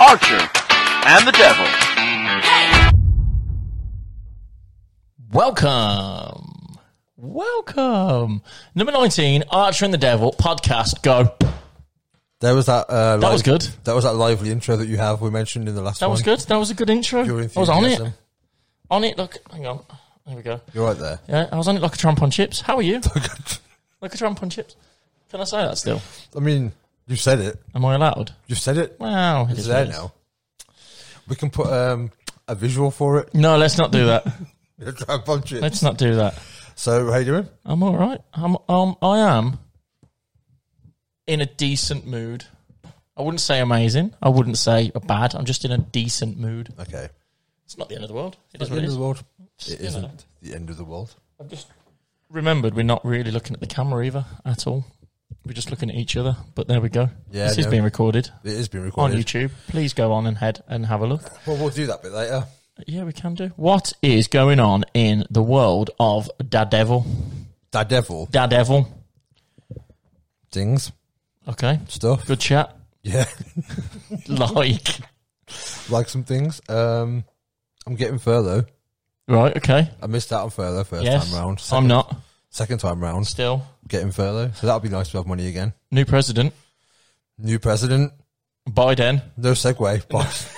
Archer and the Devil. Welcome. Welcome. Number 19, Archer and the Devil podcast. Go. There was that. Uh, That was good. That was that lively intro that you have. We mentioned in the last That one. was good. That was a good intro. I Your was on it. enthusiasm. On it. Look, hang on. There we go. You're right there. Yeah, I was on it like a tramp on chips. How are you? like a tramp on chips. Can I say that still? I mean, you said it. Am I allowed? You've said it. Wow. It's there now. We can put um, a visual for it. No, let's not do that. Try and punch it. let's not do that. So, how you doing? I'm all right. I'm um, I am in a decent mood. I wouldn't say amazing. I wouldn't say bad. I'm just in a decent mood. Okay. It's not the end of the world. It It's is the what end it of is. the world. It You know. isn't the end of the world. I've just remembered we're not really looking at the camera either at all. We're just looking at each other. But there we go. Yeah, this I is know. being recorded It is being on recorded YouTube. Please go on and head and have a look. Well, we'll do that bit later. Yeah, we can do. What is going on in the world of Daredevil? That devil Daredevil. things Okay. stuff. Good chat. Yeah, Like. like some things. Um, I'm getting furlough. Right, okay. I missed out on furlough first Yes. time round. Second, I'm not. Second time round, Still. getting furlough. So that'll be nice to have money again. New president. New president. Biden. No segue, but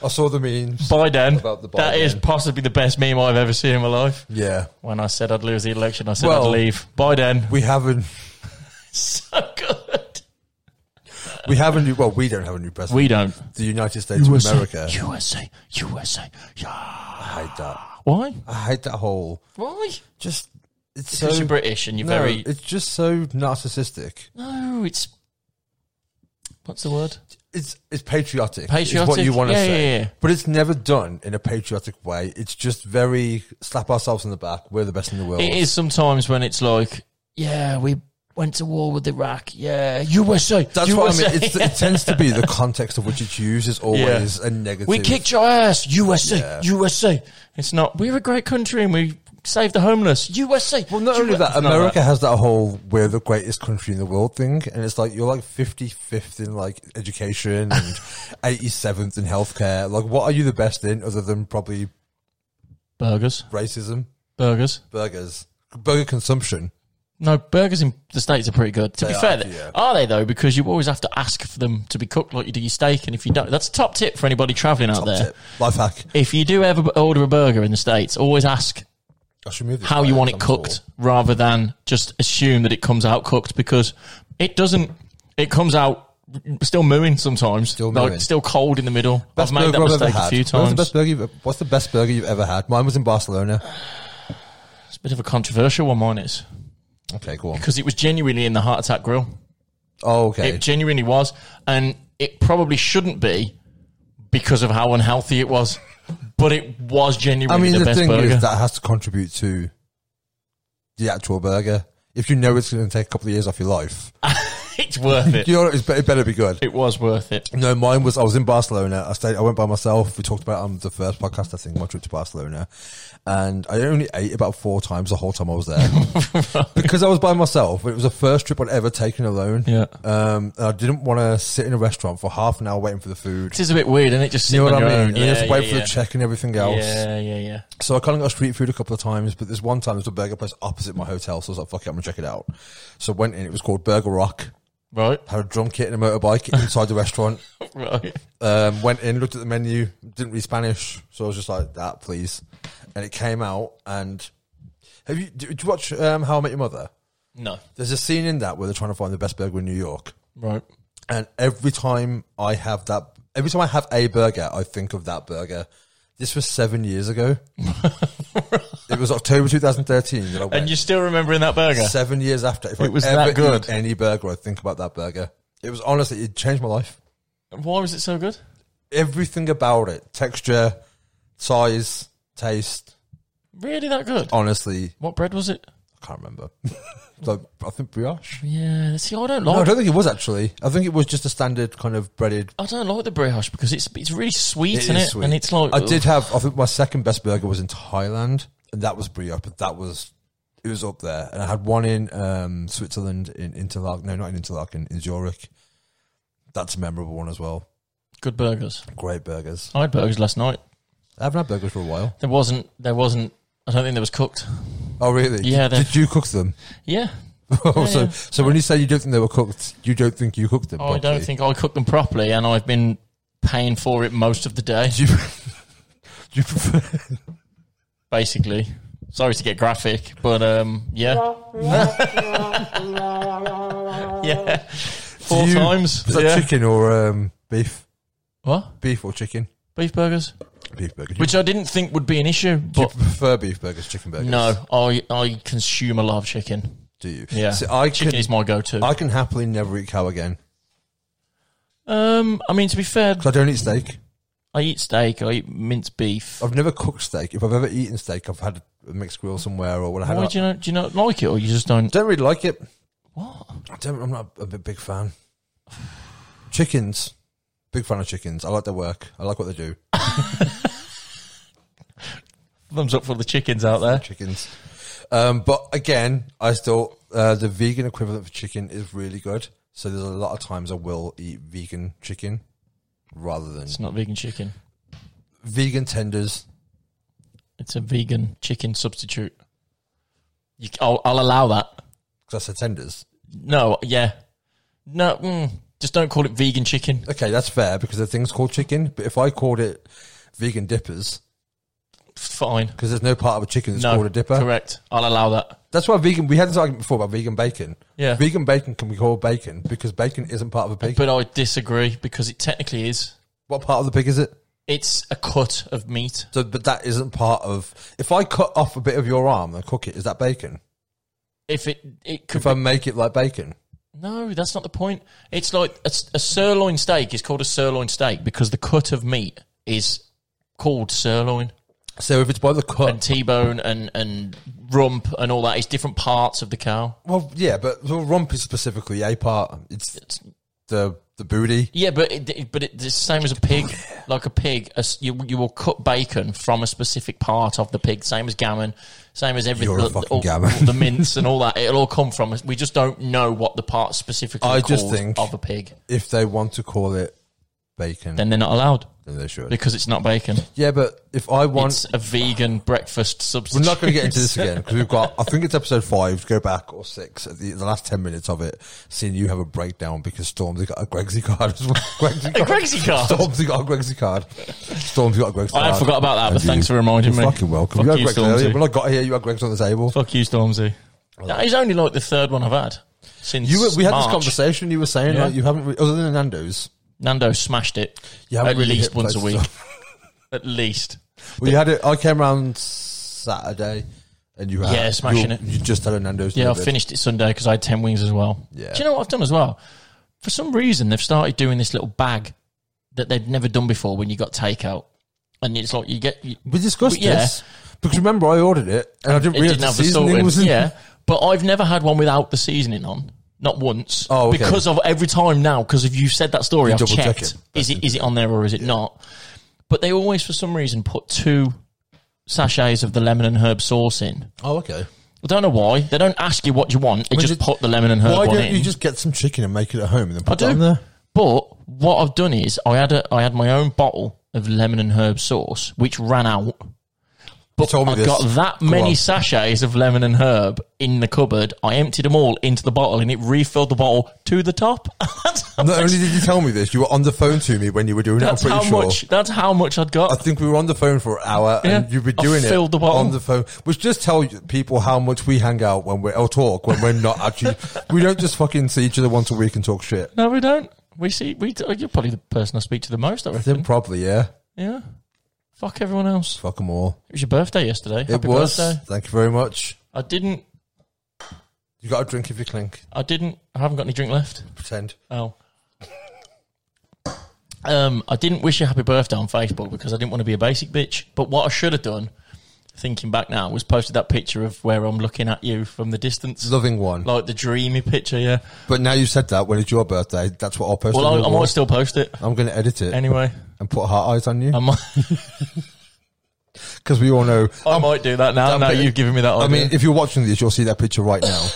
I saw the memes. Biden. About the Biden. That is possibly the best meme I've ever seen in my life. Yeah, When I said I'd lose the election, I said Well- I'd leave. Biden. we haven't. so good. We haven't. Well, we don't have a new president. We don't. the United States of America. USA. USA. Yeah. I hate that. Why? I hate that whole. Why? Just it's Because so you're British and you're no, very. It's just so narcissistic. no, it's. What's the word? it's it's patriotic. It's what Patriotic? you want to Yeah, say. yeah, yeah. But it's never done in a patriotic way. It's just very slap ourselves in the back. We're the best in the world. It is sometimes when it's like, yeah, we went to war with Iraq. Yeah, USA. That's what I USA. mean. It's, it tends to be the context of which it's used is always Yeah. a negative. We kicked your ass, USA, Yeah. USA. It's not. We're a great country and we saved the homeless, USA. Well, not only that, America has that whole "we're the greatest country in the world" thing, and it's like you're like 55th in like education and 87th in healthcare. Like, what are you the best in other than probably burgers, racism, burgers. burgers, burger consumption? No, burgers in the states are pretty good. To They be are, fair, yeah. are they though? Because you always have to ask for them to be cooked like you do your steak, and if you don't, that's a top tip for anybody traveling out there. Tip. Life hack. If you do ever order a burger in the states, always ask I should move this how you way, want it I'm tall. cooked rather than just assume that it comes out cooked because it doesn't it comes out still mooing sometimes Still like mooing. still cold in the middle i've made that burger I've mistake ever a few had. What was the times best burger you've- what's the best burger you've ever had? Mine was in Barcelona. it's a bit of a controversial one mine is Okay, go on. because it was genuinely in the heart attack grill Oh, okay. it genuinely was and it probably shouldn't be because of how unhealthy it was but it was I genuinely mean, the, the, best thing burger is that has to contribute to the actual burger. If you know it's going to take a couple of years off your life, it's worth it you know it's, be- it better be good. it was worth it No, mine was. I was in Barcelona. I stayed. I went by myself. We talked about it on the first podcast. I think my trip to Barcelona, and I only ate about four times the whole time I was there because I was by myself. It was the first trip I'd ever taken alone. Yeah. Um, and I didn't want to sit in a restaurant for half an hour waiting for the food. it is a bit weird and it just You know sitting what I on your mean? own. And you have to wait for yeah. the check and everything else. yeah yeah yeah So I kind of got street food a couple of times, but there's one time there's a burger place opposite my hotel, so I was like, "Fuck it, I'm gonna check it out." So I went in. It was called Burger Rock. right Had a drum kit and a motorbike inside the restaurant. right Um, went in, looked at the menu, didn't read Spanish, so I was just like, "That, please." And it came out. And have you did you watch um, How I Met Your Mother? no There's a scene in that where they're trying to find the best burger in New York, Right. and every time I have that, every time I have a burger, I think of that burger. This was seven years ago. It was October 2013 that I went. And you're still remembering that burger? Seven years after, if I It was ever that eat good. any burger, I think about that burger. It was honestly, it changed my life. Why was it so good? Everything about it, texture, size, taste. Really that good? Honestly, What bread was it? I can't remember. so I think brioche. Yeah, see, I don't like. No, I don't think it was actually. I think it was just a standard kind of breaded. I don't like the brioche because it's it's really sweet, It isn't is it? sweet. And it's like I did have. I think my second best burger was in Thailand, and that was brioche, but that was it was up there. And I had one in um, Switzerland in Interlaken. No, not in Interlaken, in Zurich. That's a memorable one as well. good burgers. Great burgers. I had burgers last night. I haven't had burgers for a while. There wasn't. There wasn't. I don't think there was cooked. Oh, really? Yeah, Did, they're- did you cook them? Yeah, Oh, so, yeah. so when you say you don't think they were cooked, you don't think you cooked them? Oh, I don't properly? think I cooked them properly, and I've been paying for it most of the day. Do you, do you prefer? Basically, sorry to get graphic, but um, yeah, yeah, four do you- times. Was that yeah. chicken or um, beef? What Beef or chicken? beef burgers? Beef burger. Do Which you, I didn't think would be an issue, do you but prefer beef burgers, chicken burgers? no, I I consume a lot of chicken. Do you? Yeah, See, I chicken can, is my go-to. I can happily never eat cow again um, I mean to be fair, because I don't eat steak. I eat steak, I eat minced beef. I've never cooked steak. If I've ever eaten steak, I've had a mixed grill somewhere or when I had. Why a- do you not do you not like it, or you just don't? don't really like it. What? I don't, I'm not a big, big fan. Chickens, big fan of chickens. I like their work. I like what they do. Thumbs up for the chickens out there. Chickens, um, but again, I still uh, the vegan equivalent for chicken is really good. So there's a lot of times I will eat vegan chicken rather than It's not vegan chicken. vegan tenders. It's a vegan chicken substitute. You, c- I'll, I'll allow that. Because I said tenders. No, yeah, no. Mm, just don't call it vegan chicken. Okay, that's fair because the thing's called chicken. But if I called it vegan dippers, Fine. because there's no part of a chicken that's no, called a dipper. correct. I'll allow that. That's why vegan. We had this argument before about vegan bacon. Yeah. vegan bacon can be called bacon because bacon isn't part of a pig. But I disagree because it technically is. What part of the pig is it? It's a cut of meat. So, but that isn't part of. If I cut off a bit of your arm and cook it, is that bacon? If it it could If I make it like bacon, No, that's not the point. It's like a, s- a sirloin steak is called a sirloin steak because the cut of meat is called sirloin. so if it's by the cut, And T-bone and, and rump and all that is different parts of the cow. well, yeah, but the rump is specifically a part. It's It's, the the booty. yeah, but it, it- but it's the same as a pig. Like a pig, a s you you will cut bacon from a specific part of the pig. Same as gammon, same as everything. You're a the, fucking all- gammon. the mince and all that. It'll all come from. us. We just don't know what the part specifically I called just think- of a pig. If they want to call it bacon, Then then, they're not allowed they should. because it's not bacon. yeah, but if I want, It's a vegan breakfast We're substitute. not going to get into this again because we've got. I think it's episode five. Go back or six. At the, the last ten minutes of it, seeing you have a breakdown because Stormzy got a Gregsy card as well. Gregsy A Gregsy card? Stormzy got a Gregsy card. Stormzy got a Gregsy card. I forgot about that, And but you- thanks for reminding you're me. Fucking welcome. Fuck you had you, Greg's earlier. Stormzy. When I got here, you had Greg's on the table. Fuck you, Stormzy. That is only like the third one I've had since You were, we had March. this conversation. You were saying Yeah. like you haven't, re- other than Nando's, Nando smashed it you haven't at really least hit once a places. week. at least. well, you had it. I came around Saturday, and you had Yeah, smashing you, it. You just had a Nando's. Yeah, I delivered. finished it Sunday because I had ten wings as well. Yeah. Do you know what I've done as well? For some reason, they've started doing this little bag that they've never done before when you got takeout, and it's like you get you, We discussed Yeah. this because remember I ordered it and I didn't it realize didn't the have the seasoning salt in. was in. Yeah, but I've never had one without the seasoning on. Not once. Oh, okay. because of every time now. Because if you've said that story, You I've double check checked. it. Is it is it on there or is it not? But they always, for some reason, put two sachets of the lemon and herb sauce in. Oh, okay. I don't know why. They don't ask you what you want. They mean, just did- put the lemon and herb Why one don't in. you just get some chicken and make it at home and I then put it on do. there? But what I've done is I had a I had my own bottle of lemon and herb sauce, which ran out. But told me I this. got that Go many on. sachets of lemon and herb in the cupboard. I emptied them all into the bottle, and it refilled the bottle to the top. that's Not only did you tell me this, you were on the phone to me when you were doing that's it. I'm how pretty sure. much. That's how much I'd I got. think we were on the phone for an hour, and Yeah. you've been I doing it filled the bottle. on the phone, which just tell you- people how much we hang out when we're or talk when we're not actually. we don't just fucking see each other once a week and talk shit. no, we don't. We see. We. You're probably the person I speak to the most. I reckon. Then probably yeah. Yeah. Fuck everyone else. Fuck them all. It was your birthday yesterday. it Happy was. birthday. Thank you very much. I didn't. You got a drink if you clink. I didn't. I haven't got any drink left. Pretend. Oh. Um, I didn't wish you happy birthday on Facebook because I didn't want to be a basic bitch. But what I should have done, thinking back now, was posted that picture of where I'm looking at you from the distance, Loving one. like the dreamy picture. Yeah. But now you said that, when it's your birthday, that's what I'll post. Well, on I, your I wall. might still post it I'm going to edit it anyway. and put heart eyes on you I might, because we all know. I might do that now. I'm Now gonna- you've given me that. Idea. I mean, if you're watching this, you'll see that picture right now.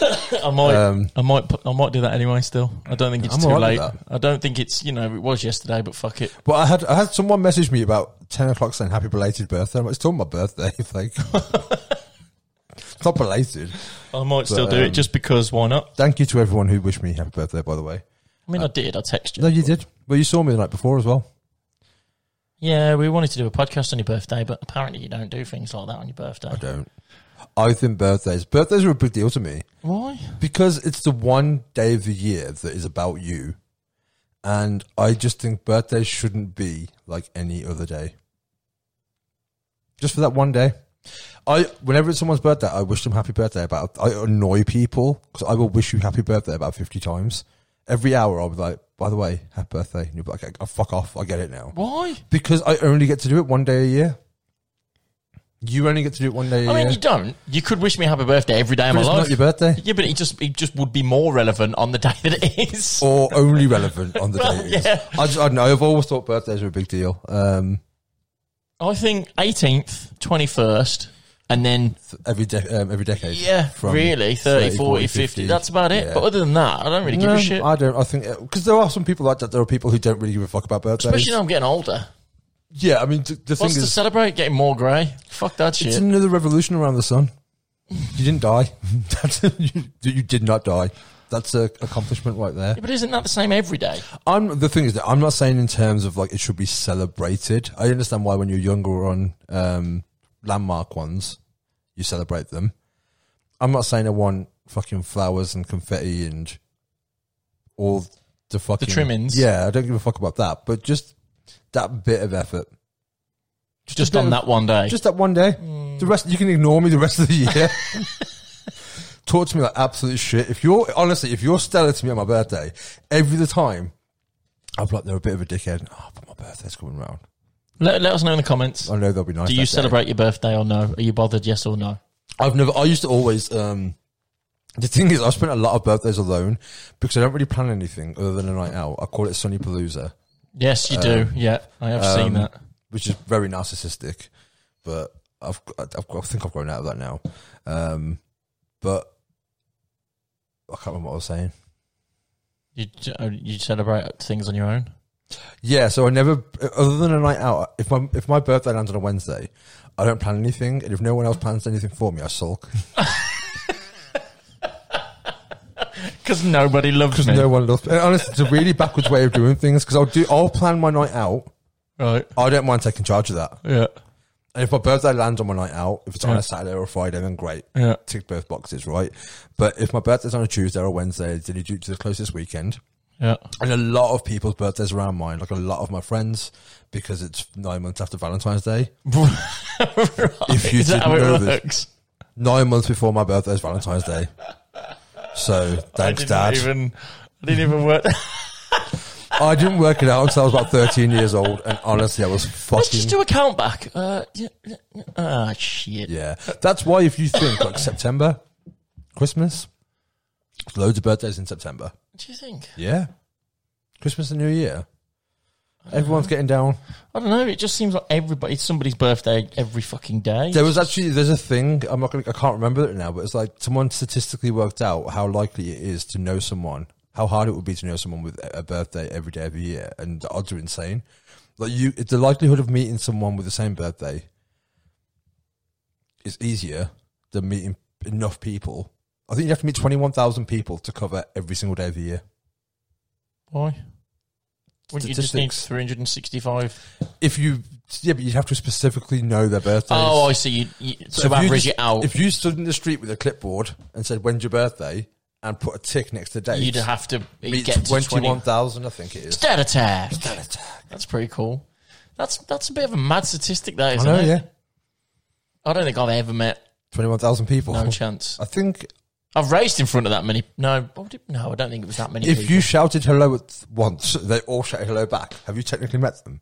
I might, Um, I might, put- I might do that anyway. Still, I don't think it's I'm too alright late. with I don't think it's you know it was yesterday, but fuck it. but I had I had someone message me about ten o'clock saying happy belated birthday. I'm like, it's still my birthday. It's like it's not belated. I might still do um, it just because why not? Thank you to everyone who wished me happy birthday. By the way, I mean, I did. I texted you. no, you did. Well, you saw me the night before as well. Yeah, we wanted to do a podcast on your birthday, but apparently you don't do things like that on your birthday. I don't. I think birthdays. Birthdays are a big deal to me. Why? because it's the one day of the year that is about you and i just think birthdays shouldn't be like any other day just for that one day i whenever it's someone's birthday i wish them happy birthday about i annoy people because i will wish you happy birthday about 50 times every hour i'll be like by the way happy birthday and you'll be like okay, oh, fuck off i get it now Why? because i only get to do it one day a year you only get to do it one day a I year mean, you don't. You could wish me happy birthday every day of But my it's life. not your birthday yeah, but it just it just would be more relevant on the day that it is. or only relevant on the Well, day. it is. yeah. I, just, I don't know. I've always thought birthdays were a big deal. Um, I think 18th, 21st, and then th- every de- um, every decade. yeah, From really 30, 40, 50. That's about it. Yeah. But other than that, I don't really give No, a shit. I don't. I think because there are some people like that. There are people who don't really give a fuck about birthdays. Especially now I'm getting older. yeah, I mean th- the thing What's to is, celebrate? Getting more grey? Fuck that shit. it's another revolution around the sun. You didn't die. That's, you, you did not die. That's a accomplishment right there. Yeah, but isn't that the same every day? I'm the thing is that I'm not saying in terms of like it should be celebrated. I understand why when you're younger we're on um, landmark ones, you celebrate them. I'm not saying I want fucking flowers and confetti and all the fucking trimmings. Yeah, I don't give a fuck about that, but just that bit of effort, Just, a bit on of- that one day. just that one day. The rest you can ignore me the rest of the year. Talk to me like absolute shit. If you're honestly, if you're stellar to me on my birthday every the time, I'm like they're a bit of a dickhead. Oh, but my birthday's coming round. let, let us know in the comments. I know they'll be nice. Do that you day. celebrate your birthday or no? Are you bothered? Yes or no? I've never. I used to always. um The thing is, I spent a lot of birthdays alone because I don't really plan anything other than a night out. I call it Sunny Palooza, Yes, you do. Yeah, I have seen that. which is very narcissistic, but I've, I've I think I've grown out of that now. Um But I can't remember what I was saying. You oh, you celebrate things on your own. Yeah, so I never, other than a night out, if my if my birthday lands on a Wednesday, I don't plan anything, and if no one else plans anything for me, I sulk Because nobody loves because me. no one loves. And honestly, it's a really backwards way of doing things because I'll do I'll plan my night out. right. I don't mind taking charge of that, Yeah. and if my birthday lands on my night out, if it's on Yeah. a Saturday or a Friday, then great, Yeah. tick both boxes, right? But if my birthday's on a Tuesday or a Wednesday, then you do it to the closest weekend. Yeah. and a lot of people's birthdays around mine, like a lot of my friends, because it's nine months after Valentine's Day. If you Is that didn't how it know this, works? nine months before my birthday is Valentine's Day. So I thanks, didn't Dad. even. I didn't even work. I didn't work it out until I was about 13 years old, and honestly, I was Let's just fucking. do a count back. Uh, yeah, yeah, yeah. Ah, shit. Yeah, that's why if you think like September, Christmas, there's loads of birthdays in September. What do you think? Yeah, Christmas and New Year, Uh-huh. everyone's getting down. I don't know. It just seems like everybody. It's somebody's birthday every fucking day. There was actually there's a thing I'm not gonna, I can't remember it now, but it's like someone statistically worked out how likely it is to know someone, how hard it would be to know someone with a birthday every day of the year, and the odds are insane. Like you, it's the likelihood of meeting someone with the same birthday is easier than meeting enough people. I think you have to meet twenty one thousand people to cover every single day of the year. Why? Wouldn't you just need Statistics. 365? If you, yeah, but you'd have to specifically know their birthdays. Oh, I see. You, you, so, if you average just- it out. If you stood in the street with a clipboard and said, "When's your birthday?" and put a tick next to date, You'd have to meet get to 21. twenty-one thousand. I think it is. Stat attack. That's pretty cool. That's that's a bit of a mad statistic, that I isn't know, it? yeah. I don't think I've ever met. 21,000 people. No chance. I think I've raced in front of that many. No, what did- no, I don't think it was that many. if people. you shouted hello at th- once, they all shouted hello back. Have you technically met them?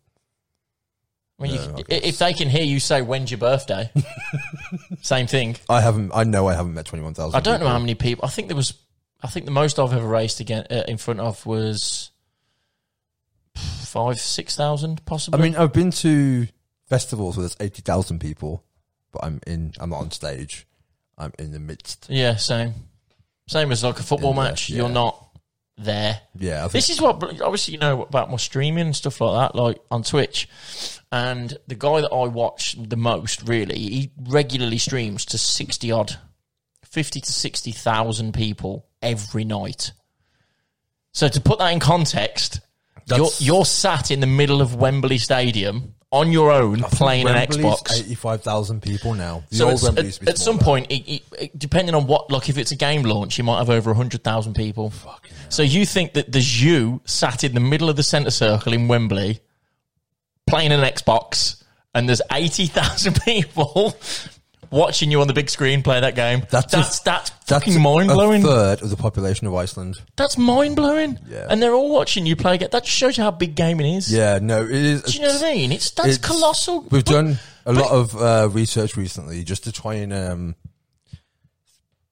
I mean, you can- i- if they can hear you say "When's your birthday," same thing. I haven't. I know I haven't met 21,000 I don't know people. how many people. I think there was. I think the most I've ever raced again uh, in front of was five, six thousand, I possibly. mean, I've been to festivals where there's 80,000 people, but I'm in, I'm not on stage. I'm in the midst. yeah, same. Same as like a football In there, match. uh, yeah. You're not there. Yeah. I think This is what obviously you know about my streaming and stuff like that, like on Twitch. And the guy that I watch the most, really, he regularly streams to sixty odd, fifty to sixty thousand people every night. So to put that in context, you're, That's- you're sat in the middle of Wembley Stadium on your own I think playing an Wembley's Xbox. 85,000 people now. The So old it's- Wembley used at, to be at some smaller. point, it, it, it- depending on what, like if it's a game launch, you might have over 100,000 people. So you think that there's you sat in the middle of the centre circle in Wembley playing an Xbox and there's 80,000 people watching you on the big screen play that game. That's That's, a- that's, That's fucking a- mind-blowing. A third of the population of Iceland. That's mind-blowing. Yeah. And they're all watching you play. a ga- That just shows you how big gaming is. Yeah, no, it is. Do you know what I mean? It's, that's it's- colossal. We've But- done a but- lot of uh, research recently just to try and um,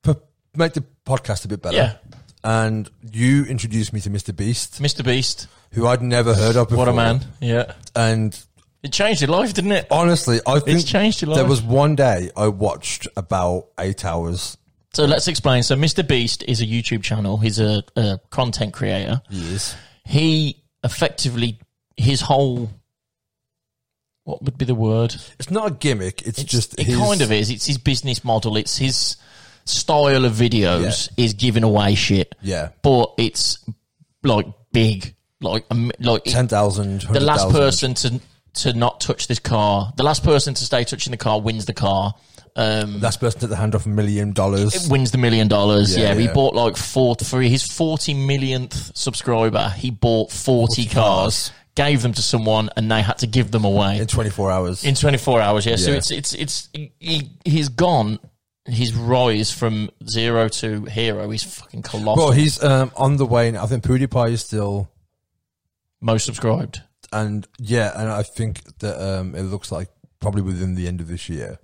p- make the podcast a bit better. Yeah. And you introduced me to Mr. Beast, Mr. Beast. who I'd never heard of before. What a man. Yeah. And It changed your life, didn't it? honestly, I think changed your life. There was one day I watched about eight hours. So let's explain. So Mr. Beast is a YouTube channel. He's a, a content creator. Years. He effectively his whole what would be the word? It's not a gimmick. It's, It's- just it his- kind of is. It's his business model. It's his style of videos is giving away shit. Yeah. but it's like big, like a mi- like it- ten thousand. the last person to to not touch this car, the last person to stay touching the car wins the car. Um, Last person to the hand off a million dollars. it wins the million dollars. Yeah, Yeah, he yeah. bought like four for his forty millionth subscriber. He bought forty, cars, gave them to someone, and they had to give them away in 24 hours. in twenty four hours. Yeah, so Yeah. it's it's it's he, he's gone. His rise from zero to hero is fucking colossal. well, he's um, on the way, and I think PewDiePie is still, Most subscribed. and yeah, and I think that um, it looks like probably within the end of this year,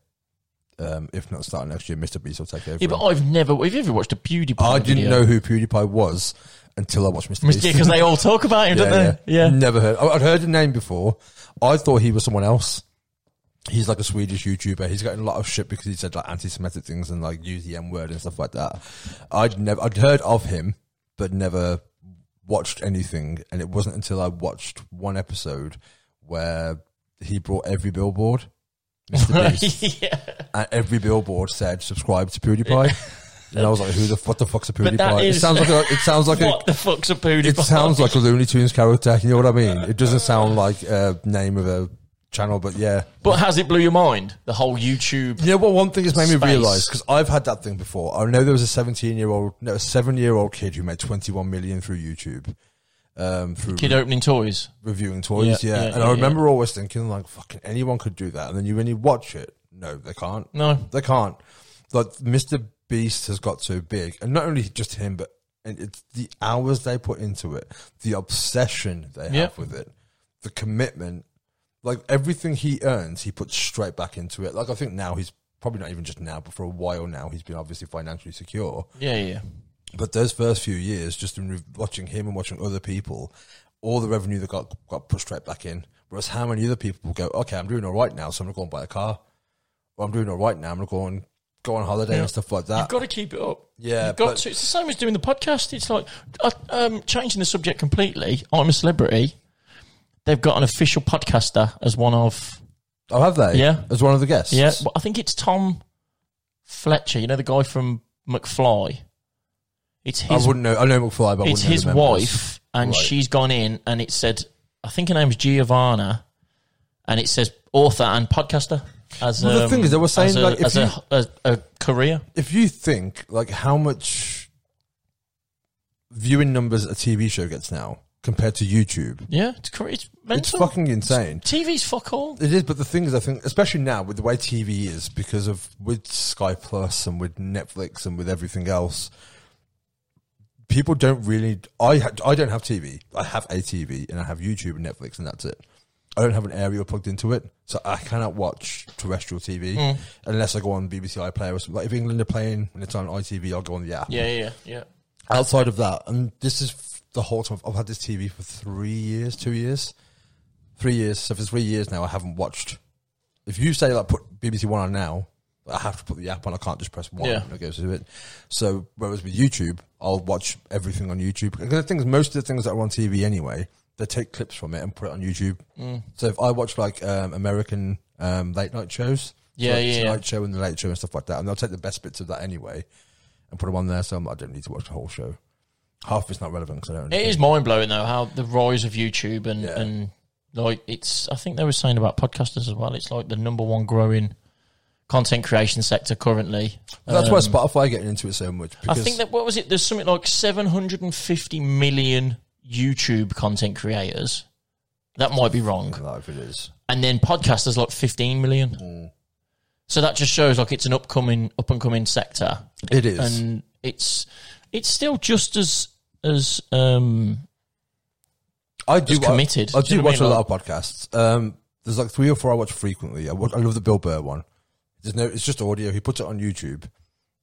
um, if not starting next year, Mr. Beast will take over. Yeah, but I've never. Have you ever watched a PewDiePie? I didn't video? know who PewDiePie was until I watched Mr. Beast. because they all talk about him, yeah, don't they? Yeah. never heard. I- I'd heard the name before. I thought he was someone else. He's like a Swedish YouTuber. He's gotten a lot of shit because he said like anti-Semitic things and like use the M word and stuff like that. I'd never, I'd heard of him, but never watched anything. And it wasn't until I watched one episode where he brought every billboard, Mr. Beast, yeah. and every billboard said subscribe to PewDiePie. and I was like, who the what the fuck's a But that PewDiePie? it is- sounds like a, it sounds like a What the fuck's a PewDiePie? it sounds like Uh, a Looney Tunes character. You know what I mean? It doesn't sound like a name of a channel, but yeah. But has it blew your mind? The whole YouTube. You know what? One thing has made me Space. realize because I've had that thing before. I know there was a seventeen-year-old, no, a seven-year-old kid who made twenty-one million through YouTube, um, through Kid opening toys. reviewing toys. Yeah, Yeah, yeah, and yeah, I yeah. remember always thinking like, "Fucking anyone could do that." And then you when you watch it, no, they can't. No. they can't. Like Mr. Beast has got so big, and not only just him, but and it's the hours they put into it, the obsession they Yeah. have with it, the commitment. Like everything he earns, he puts straight back into it. Like I think now he's probably not even just now, but for a while now, he's been obviously financially secure. Yeah, yeah. But those first few years, just in re- watching him and watching other people, all the revenue that got got pushed straight back in. Whereas how many other people will go, okay, I'm doing all right now, so I'm gonna go and buy a car, or I'm doing all right now, I'm gonna go and go on holiday and stuff like that. You've got to keep it up. Yeah, You've but- got to. It's the same as doing the podcast. It's like uh, um, changing the subject completely. I'm a celebrity. They've got an official podcaster as one of. oh, have they? Yeah. as one of the guests. Yeah, well, I think it's Tom Fletcher. You know the guy from McFly. It's I his. wouldn't know. I know McFly, but I it's wouldn't know his the members. wife, and Right. she's gone in, and it said, I think her name's Giovanna, and it says author and podcaster. As Well, the um, thing is, they were saying, as a, like, if as a, a, a career, If you think like how much viewing numbers a TV show gets now, compared to YouTube. Yeah, it's, cra- it's mental. It's fucking insane. TV's fuck all. It is, but the thing is, I think, especially now with the way TV is, because of with Sky Plus and with Netflix and with everything else, people don't really. I ha- I don't have TV. I have a TV and I have YouTube and Netflix and that's it. I don't have an aerial plugged into it, so I cannot watch terrestrial TV unless I go on BBC iPlayer or something. Like if England are playing and it's on ITV, I'll go on the app. Yeah, yeah, yeah. Outside of that, and this is f- the whole time I've had this TV for three years, two years, three years. So for three years now, I haven't watched. If you say like put BBC One on now, I have to put the app on. I can't just press one. Yeah. And it goes to it. So whereas with YouTube, I'll watch everything on YouTube. Because the things, most of the things that are on TV anyway, they take clips from it and put it on YouTube. Mm. So if I watch like um, American um, late night shows, Yeah, like yeah, yeah. Tonight Show and the Late Show and stuff like that, and they'll take the best bits of that anyway and put them on there. So I'm like, I don't need to watch the whole show. Half of it's not relevant because I don't. It is mind blowing though how the rise of YouTube and Yeah. and like it's. I think they were saying about podcasters as well. It's like the number one growing content creation sector currently. That's Um, why Spotify getting into it so much. I Because think that what was it? There's something like 750 million YouTube content creators. That might be wrong. life it is. and then podcasters like 15 million. Mm. So that just shows like it's an upcoming, up and coming sector, It is. and it's it's still just as as um I do It's committed. I, I Do you do, know what watch I mean? a lot of podcasts. Um, there's like three or four I watch frequently. I, watch, I love the Bill Burr one. There's no, it's just audio. He puts it on YouTube,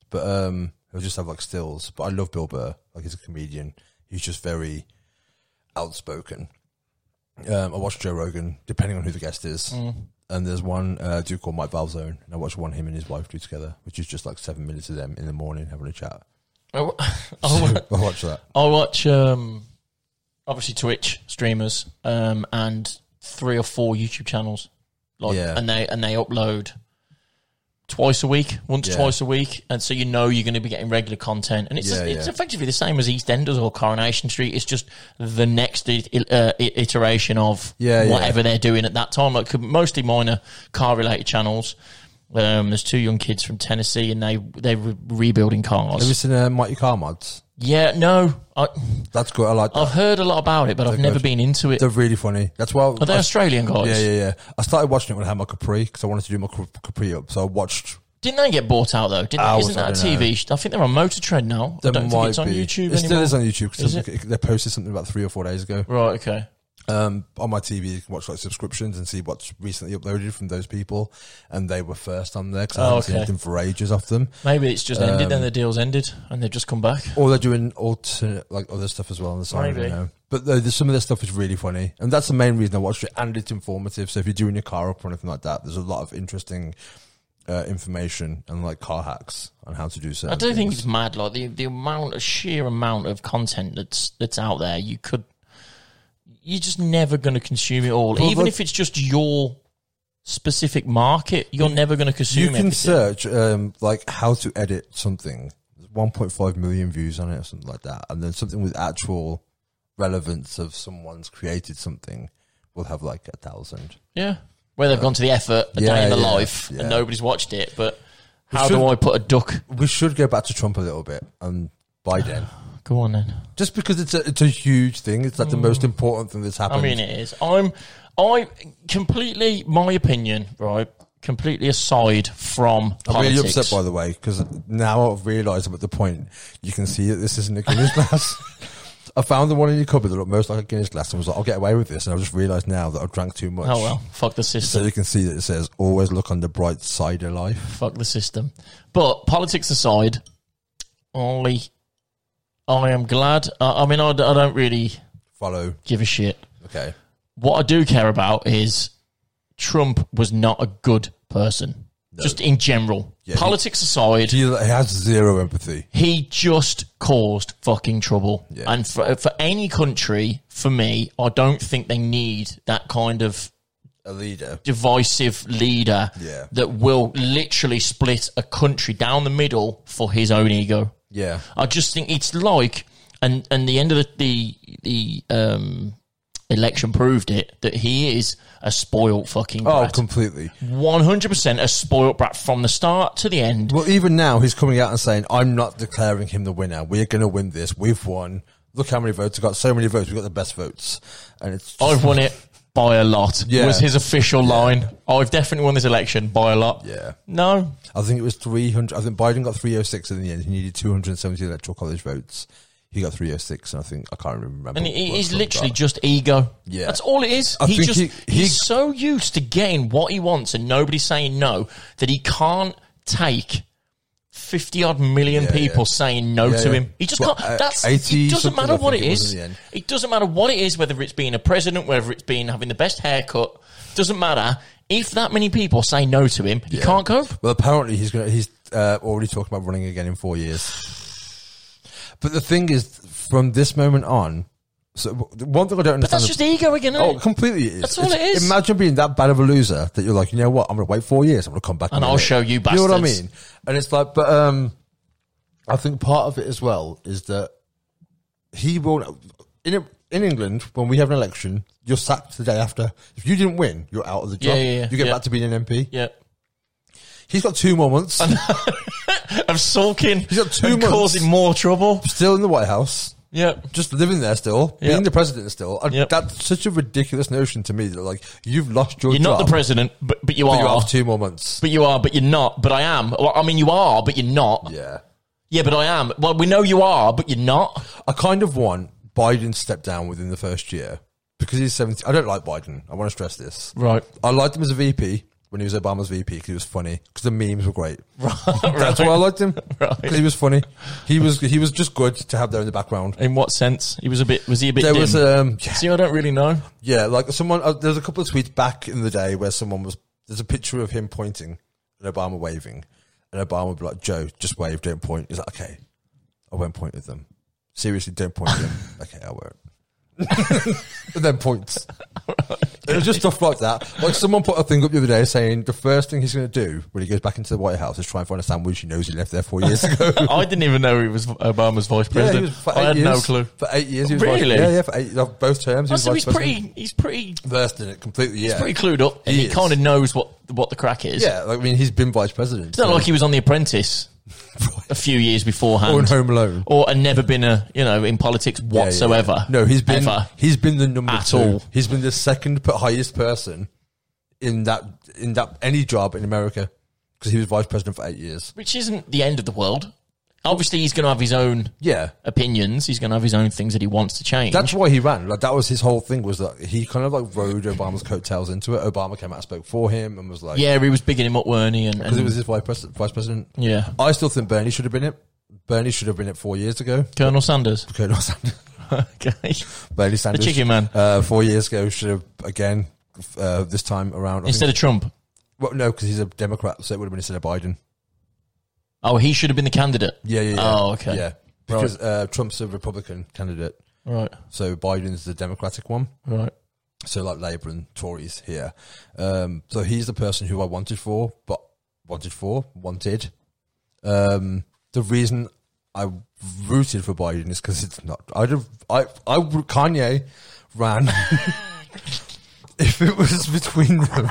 but um, he'll just have like stills. But I love Bill Burr. Like he's a comedian. He's just very outspoken. Um, I watch Joe Rogan, depending on who the guest is. Mm. And there's one uh, dude called Mike Valzone, and I watch one him and his wife do together, which is just like seven minutes of them in the morning having a chat. I wa- So I wa- I watch that. I watch um obviously Twitch streamers um and three or four YouTube channels, like Yeah. and they and they upload twice a week, once Yeah. twice a week, and so you know you're going to be getting regular content, and it's Yeah, it's yeah. effectively the same as EastEnders or Coronation Street. It's just the next i- i- uh, i- iteration of Yeah, yeah. whatever they're doing at that time. Like mostly minor car related channels. Um, there's two young kids from Tennessee, and they they were rebuilding cars. Have you seen uh, Mighty Car Mods? yeah, no, I, That's good. I like that. I've heard a lot about it, but I've They're never good. been into it. They're really funny. That's why. Are they Australian guys? Yeah, yeah, yeah. I started watching it when I had my Capri because I wanted to do my Cap- Capri up. So I watched. Didn't they get bought out though? Didn't, I was- isn't that I a don't TV? sh- I think they're on Motor Trend now. I There don't think it's on might be. YouTube It anymore. still is on YouTube Is because they posted something about three or four days ago. Right. Okay. Um, on my TV, you can watch like subscriptions and see what's recently uploaded from those people, and they were first on there because I Oh, haven't seen okay. anything for ages off them. Maybe it's just ended Um, and the deal's ended and they've just come back. Or they're doing alternate like other stuff as well on the side. I Maybe. don't know. But the, the, some of their stuff is really funny, and that's the main reason I watched it. And it's informative. So if you're doing your car up or anything like that, there's a lot of interesting uh, information and like car hacks on how to do so. I do think it's mad. Like the, the amount, of sheer amount of content that's that's out there. You could, you're just never going to consume it all. Well, Even look- if it's just your specific market, you're never going to consume. you can everything. search um, like how to edit something. There's 1.5 million views on it or something like that, and then something with actual relevance of someone's created something will have like a thousand. Yeah. Where they've gone to the effort, a day Yeah, in the yeah, life, yeah. and nobody's watched it. But how should- do I put a duck? We should go back to Trump a little bit and Biden. Go on then. just because it's a it's a huge thing. It's like the most important thing that's happened. Mm. I mean, it is. I'm, I completely, my opinion, right, completely aside from I'm politics. really upset by the way because now I've realised I'm at the point you can see that this isn't a Guinness glass. I found the one in your cupboard that looked most like a Guinness glass and was like, I'll get away with this. And I just realised now that I've drank too much. oh well, fuck the So system. you can see that it says, always look on the bright side of life. fuck the system. But politics aside, I, I am glad. I, I mean, I, d- I don't really Follow. give a shit. Okay. What I do care about is Trump was not a good person. Just in general, Yeah, he- politics aside, He he has zero empathy. He just caused fucking trouble. Yeah. And for, for any country, for me, I don't think they need that kind of A leader. divisive leader Yeah. that will literally split a country down the middle for his own ego. Yeah. I just think it's like, and and the end of the the, the um, election proved it that he is a spoilt fucking Oh, brat. completely. One hundred percent a spoilt brat from the start to the end. Well, even now he's coming out and saying, "I'm not declaring him the winner. We're going to win this. We've won. look how many votes we got. So many votes. We got the best votes, and it's I've won it by a lot. Yeah. Was his official line. I've definitely won this election by a lot. Yeah. No. I think it was three hundred. I think Biden got three hundred six in the end. He needed two hundred and seventy electoral college votes. He got three hundred six, and I think I can't remember. And he, what he's number. literally just ego. Yeah. That's all it is. I he think just he- he- he's so used to getting what he wants and nobody saying no that he can't take fifty odd million Yeah, people yeah. saying no Yeah, to yeah. him. He just Well, can't uh, that's 80 it doesn't something, matter I what it think it was is. in the end. It doesn't matter what it is, whether it's being a president, whether it's being having the best haircut, doesn't matter. If that many people say no to him, he can't cope. Well, apparently he's gonna, he's uh, already talking about running again in four years. But the thing is, from this moment on, so w- one thing I don't understand. But that's just ego again, isn't Oh, it? completely. It is. That's all It's- it is. Imagine being that bad of a loser that you're like, you know what? I'm going to wait four years. I'm going to come back And do I'll it." show you You know what I bastards. mean? And it's like, but um, I think part of it as well is that he will in in England when we have an election, you're sacked the day after. If you didn't win, you're out of the job. Yeah, yeah, yeah. You get Yeah. back to being an MP. Yeah. He's got two more months. Of sulking He's got two and months. causing more trouble. still in the White House, Yeah. just living there still, Yep. being the president still. And Yep. That's such a ridiculous notion to me that like you've lost your You're job. not the president, but, but you but are. you have two more months. But you are, but you're not. But I am. Well, I mean, you are, but you're not. Yeah. yeah. but I am. Well, we know you are, but you're not. I kind of want Biden to step down within the first year because he's 70. I don't like Biden. I want to stress this. Right. I liked him as a VP when he was Obama's VP because he was funny because the memes were great. That's why I liked him because he was funny. He was he was just good to have there in the background. In what sense? He was a bit. Was he a bit? There dim? was um yeah, See, I don't really know. yeah like someone uh, there's a couple of tweets back in the day where someone was there's a picture of him pointing and Obama waving and Obama would be like Joe just wave don't point. He's like okay I won't point at them. Seriously, don't point at them. okay, I won't. and then points. It was just stuff like that. Like someone put a thing up the other day saying the first thing he's going to do when he goes back into the White House is try and find a sandwich he knows he left there four years ago. I didn't even know he was Obama's vice Yeah, he president. was- for I eight had no years- clue. For eight years, he was vice- Really? yeah, yeah, for eight, of both terms. He Oh, was so vice he's president. pretty. He's pretty. versed in it completely. Yeah, Pretty clued up, and He he, is. kind of knows what what the crack is. yeah. Like, I mean, he's been vice president. It's not so- like he was on The Apprentice a few years beforehand, Or in Home Alone. or and never been a you know in politics Yeah, yeah, yeah. whatsoever. No, he's been ever. he's been the number At two. all. He's been the second p- highest person in that in that any job in America because he was vice president for eight years. which isn't the end of the world. Obviously, he's going to have his own Yeah, opinions. He's going to have his own things that he wants to change. that's why he ran. Like that was his whole thing was that he kind of like rode Obama's coattails into it. Obama came out and spoke for him and was like, yeah, he was bigging him up, weren't he? And, because and it was his vice president. Vice president. yeah, I still think Bernie should have been it. Bernie should have been it four years ago. Colonel Sanders. Colonel Sanders. okay, Bernie Sanders, chicken man. uh, four years ago should have again uh, this time around. I instead think- of Trump. well, no, because he's a Democrat, so it would have been instead of Biden. Oh, he should have been the candidate. Yeah, yeah, yeah. Oh, okay. Yeah, because uh, Trump's a Republican candidate, Right, so Biden's the Democratic one. right. So like Labour and Tories here. Um, so he's the person who I wanted for, but wanted for wanted. Um, the reason I rooted for Biden is because it's not. I'd have I I would- Kanye ran. if it was between them.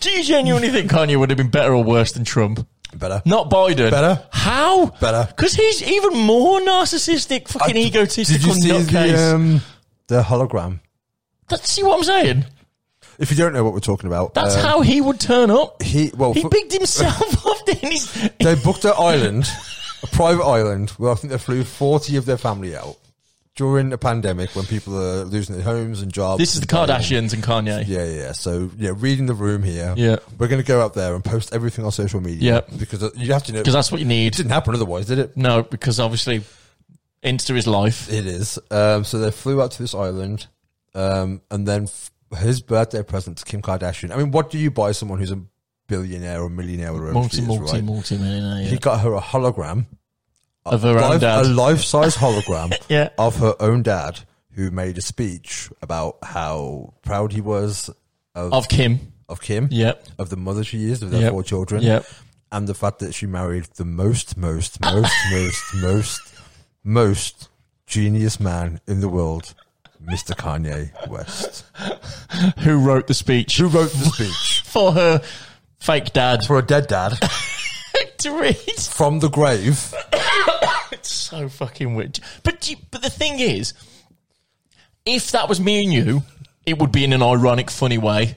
Do you genuinely think Kanye would have been better or worse than Trump? Better. Not Biden. Better. How? Better. Because he's even more narcissistic, fucking Did egotistical you see nutcase. the, um, the hologram? That- see what I'm saying? If you don't know what we're talking about, That's uh, how he would turn up. he- well, he for- picked himself up. Then he's they booked an island, a private island, where I think they flew 40 of their family out during the pandemic when people are losing their homes and jobs. This is the Kardashians and Kanye. Yeah, yeah. yeah. So, yeah, reading the room here. Yeah. We're going to go up there and post everything on social media. Yeah. Because uh, you have to know. Because that's what you it need. didn't happen otherwise, did it? No, because obviously Insta is life. It is. Um, so they flew out to this island, um, and then f- his birthday present to Kim Kardashian. I mean, what do you buy someone who's a billionaire or millionaire or whatever Multi, she is, multi, right? multi millionaire. He got her a hologram, Of her own life, a dad. life-size hologram Yeah. of her own dad, who made a speech about how proud he was Of Kim. of Kim, Yep. of the mother she is, of their Yep. four children, Yep. and the fact that she married the most, most, most, most, most, most genius man in the world, Mr. Kanye West, Who wrote the speech who wrote the speech for her fake dad for a dead dad to read? from the grave. so fucking weird. But do you- but the thing is, if that was me and you, it would be in an ironic, funny way.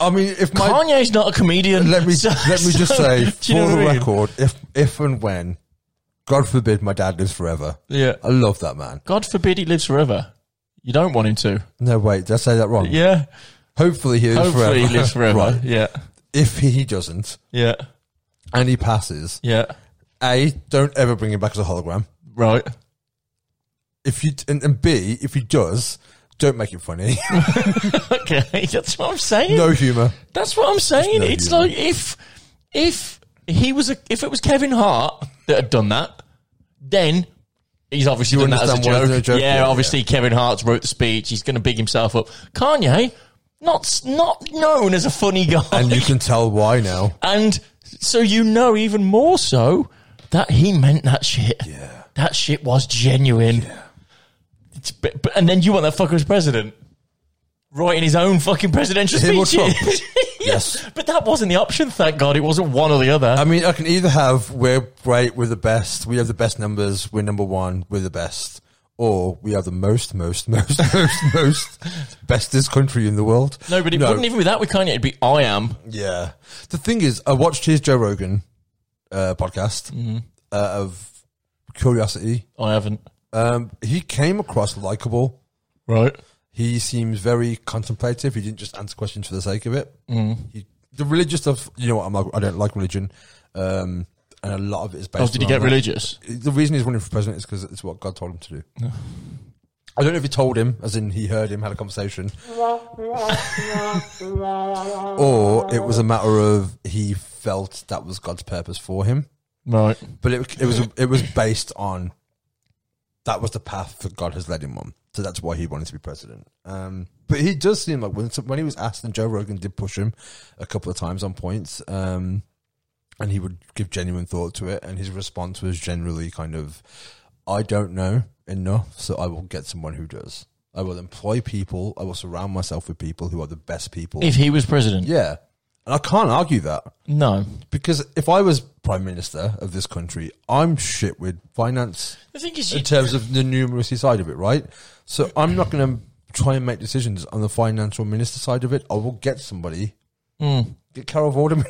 I mean, if my Kanye's not a comedian. let me so- let me just so- say do for you know the what I mean? record, if if and when, God forbid, my dad lives forever. Yeah. I love that man. God forbid he lives forever. You don't want him to. No, wait, did I say that wrong? Yeah. Hopefully he lives forever. Hopefully he lives forever. Right. Yeah. If he doesn't Yeah. and he passes, Yeah. a don't ever bring him back as a hologram. Right. If you and, and b if he does, don't make it funny. Okay. That's what I'm saying. no humor. That's what I'm saying. no It's humor. like if if he was a, if it was Kevin Hart that had done that, then he's obviously You done that as a understand why joke. it's a joke, Yeah, yeah, obviously Kevin Hart's wrote the speech. He's going to big himself up. Kanye, not not known as a funny guy, And you can tell why now. And so you know even more so that he meant that shit. Yeah. That shit was genuine. It's bit, but, and then you want that fucker as president. Writing his own fucking presidential Him or speeches. Trump? yes. But that wasn't the option, thank God. It wasn't one or the other. I mean, I can either have we're great, we're the best, we have the best numbers, we're number one, we're the best, or we are the most, most, most, most, most bestest country in the world. no, but it wouldn't even be that with Kanye. It'd be I am. Yeah, the thing is, I watched his Joe Rogan uh, podcast Mm-hmm. uh, of curiosity. I haven't. Um, he came across likable. Right. He seems very contemplative. He didn't just answer questions for the sake of it. Mm-hmm. He, the religious stuff, you know what? I'm like, I don't like religion, um, and a lot of it is based. Oh, did he around get that. religious? the reason he's running for president is because it's what God told him to do. I don't know if he told him, as in he heard him, had a conversation, or it was a matter of he felt that was God's purpose for him. Right. But it, it was it was based on that was the path that God has led him on, so that's why he wanted to be president. Um, but he does seem like when when he was asked, and Joe Rogan did push him a couple of times on points. Um, and he would give genuine thought to it. And his response was generally kind of, I don't know enough, so I will get someone who does. I will employ people. I will surround myself with people who are the best people. If he was president? yeah. And I can't argue that No. because if I was prime minister of this country, I'm shit with finance The thing is, in terms of the numeracy side of it, right? So I'm not going to try and make decisions on the financial minister side of it. I will get somebody. Get Carol Vorderman.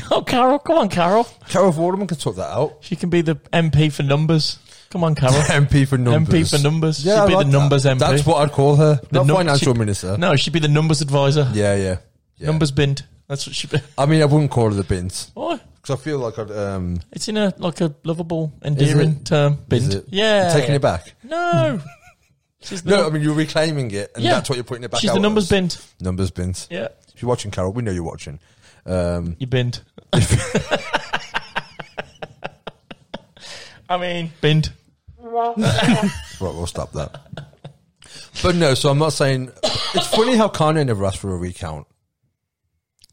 oh, Carol, come on, Carol. Carol Vorderman can sort that out. She can be the MP for numbers. Come on, Carol. MP for numbers. MP for numbers. Yeah, She'd I be the like that. numbers MP. That's what I'd call her. Not num- financial she- minister. No, she'd be the numbers advisor. Yeah, yeah, yeah. Numbers binned. That's what she'd be. I mean, I wouldn't call her the bins Why? because I feel like I'd um. It's in a like a lovable, endearing it? term. is Binned. it- Yeah. I'm taking it back. No. She's the, No, I mean you're reclaiming it, and Yeah. that's what you're putting it back. She's out the numbers as. binned. Numbers bins. Yeah. If you're watching, Carol, we know you're watching. Um, You binned. I mean, binned. right, we'll stop that. But no, so I'm not saying. It's funny how Kanye never asked for a recount.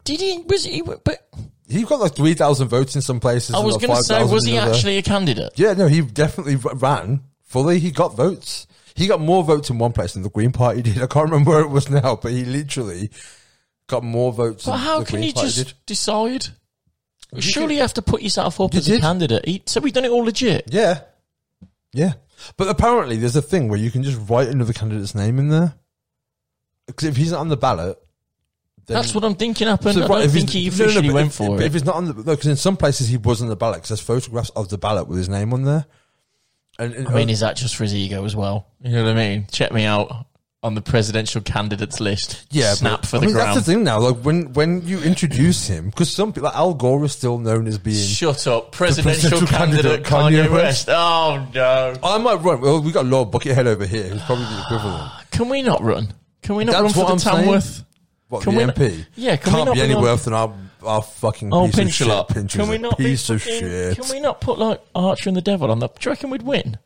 Did he? Was he? But He got like three thousand votes in some places. I was going going to to say, was he actually a candidate? Yeah, no, he definitely r- ran fully. He got votes. He got more votes in one place than the Green Party did. I can't remember where it was now, but he literally got more votes. But than how the can Green you Party just did. decide? Surely you have to put yourself up You as a did. candidate. He, so we've done it all legit. Yeah, yeah. But apparently, there's a thing where you can just write another candidate's name in there because if he's not on the ballot, then That's what I'm thinking happened. So, I right, don't if he's- think he no, no, officially but went if, for But it. if it's not on the because in some places he was on the ballot because there's photographs of the ballot with his name on there. And, uh, and- I mean, is that just for his ego as well? You know what I mean? Check me out on the presidential candidates list. Yeah, snap but- for I the mean, ground. That's the thing now. Like when when you introduce him, because some people, like Al Gore is still known as being. Shut up, presidential, presidential candidate, candidate Kanye, Kanye West. Oh no! I might run. Well, we got Lord Buckethead over here, who's probably the equivalent. Can we not run? Can we not That's run for what the I'm saying. Tamworth? What Can the we not- MP? yeah, can we can't not be bring any on- worth than our our fucking Oh, piece of shit. Pinchalop. Pinchal's Can we a not be piece of fucking- shit? Can we not put like Archer and the Devil on that? Do you reckon we'd win?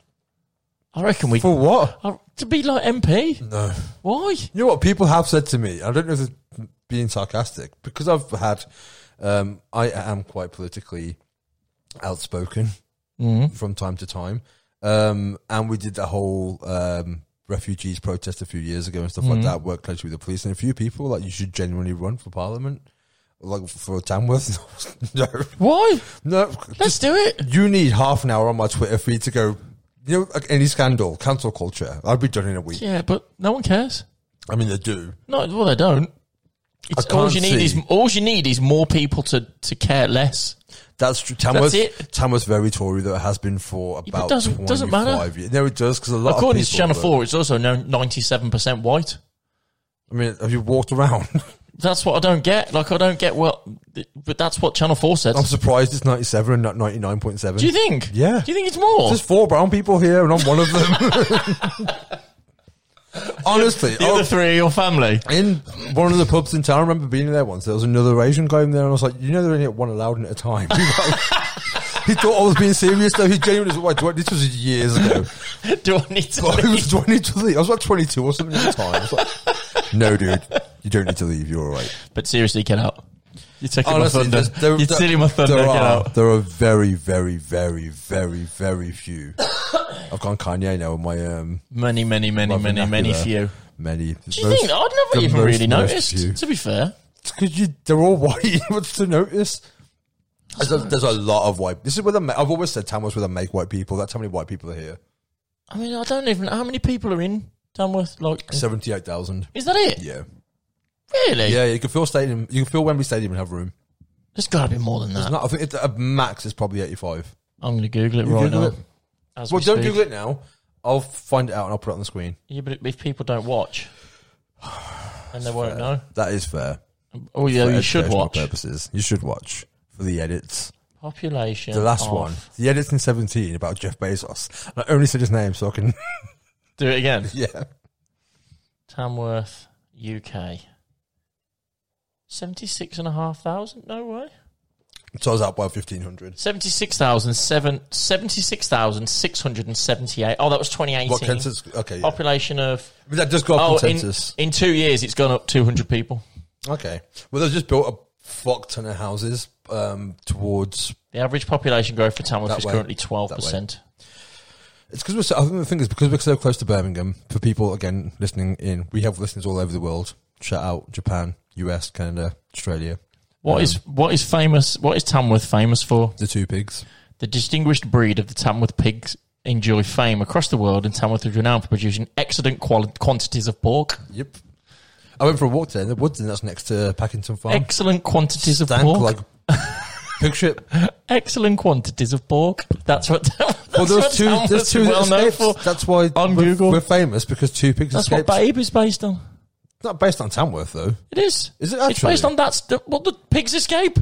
I reckon we. For what? Uh, to be like MP? No. Why? You know what people have said to me? I don't know if they're being sarcastic because I've had, um, I am quite politically outspoken from time to time. Um, and we did the whole um, refugees protest a few years ago and stuff like that, worked closely with the police. And a few people, like, you should genuinely run for parliament, like for Tamworth. no, Why? no, Let's do it. you need half an hour on my Twitter feed to go. you know, like any scandal, cancel culture. I'd be done in a week. Yeah, but no one cares. I mean, they do. No, well, they don't. It's, I all you can't need see. is all you need is more people to, to care less. That's true. Tam was, it. Tam was very Tory, though it has been for Yeah, but about doesn't- 25 doesn't matter. years. No, it does, because a lot of According to people Channel were- Four, it's also now ninety seven percent white. I mean, have you walked around? That's what I don't get. Like I don't get what, but that's what Channel Four said. I'm surprised it's 97 and not 99.7. Do you think? Yeah. Do you think it's more? There's four brown people here, and I'm one of them. Honestly, the oh, other three are your family. in one of the pubs in town, I remember being there once. There was another Asian guy in there, and I was like, "You know, they're only at one allowed at a time." he thought I was being serious, though. He genuinely was like, "This was years ago." Do I need to? But I leave? was twenty to leave. I was like twenty-two or something at the time. I was like, "No, dude, you don't need to leave. You're all right." But seriously, get out. You're taking Honestly, my there's- thunder. You're stealing my thunder. There get are, out. there are very, very, very, very, very few. I've gone Kanye now in my um. Many, many, many, my many, many vernacular. few. Many. Do you think? I'd never even really noticed. To be fair, because you they're all white. What's to notice? There's a, there's a lot of white. This is where the ma- I've always said Tamworth's where they make white people. That's how many white people are here. I mean, I don't even. How many people are in Tamworth? Like, Seventy-eight thousand. is that it? Mm. Yeah, Really? yeah. You can fill stadium. You can fill Wembley Stadium and have room. There's got to be more than It's that. not. I think it's a max is probably eighty-five. I'm going to Google it right Google now. it. As Well, we don't speak. Google it now. I'll find it out and I'll put it on the screen. Yeah, but if people don't watch, then they won't know. That is fair. Oh yeah, For you should educational watch purposes. You should watch for the edits. population. The last of- one, the edits in seventeen about Jeff Bezos. And I only said his name so I can. Do it again. yeah. Tamworth, UK. Seventy-six and a half thousand? No way. So I was out by fifteen hundred. 76,007 76,678. Oh, that was 2018. What census? Okay. Yeah. Population of. But that does go up Oh, in in, census. in two years, it's gone up 200 people. okay. Well, they've just built a fuck ton of houses um, towards. The average population growth for Tamworth That is way. currently That way. Um, 12%. It's because we're. So, I think the thing is because we're so close to Birmingham. For people again listening in, we have listeners all over the world. Shout out Japan, US, Canada, Australia. Um, What is what is famous? What is Tamworth famous for? The two pigs. The distinguished breed of the Tamworth pigs enjoy fame across the world, and Tamworth is renowned for producing excellent quali- quantities of pork. Yep. I went for a walk today in the woods, and that's next to Packington Farm. Excellent quantities of Stank pork. like pig shit. excellent quantities of pork. That's what. That's Well, what there's two. Tamworth There's two is that well known for. escapes. That's why on we're, Google. we're famous because two pigs That's what escaped. Babe is based on. It's not based on Tamworth though. It is. Is it It's actually? based on that. St- well, the pigs escape.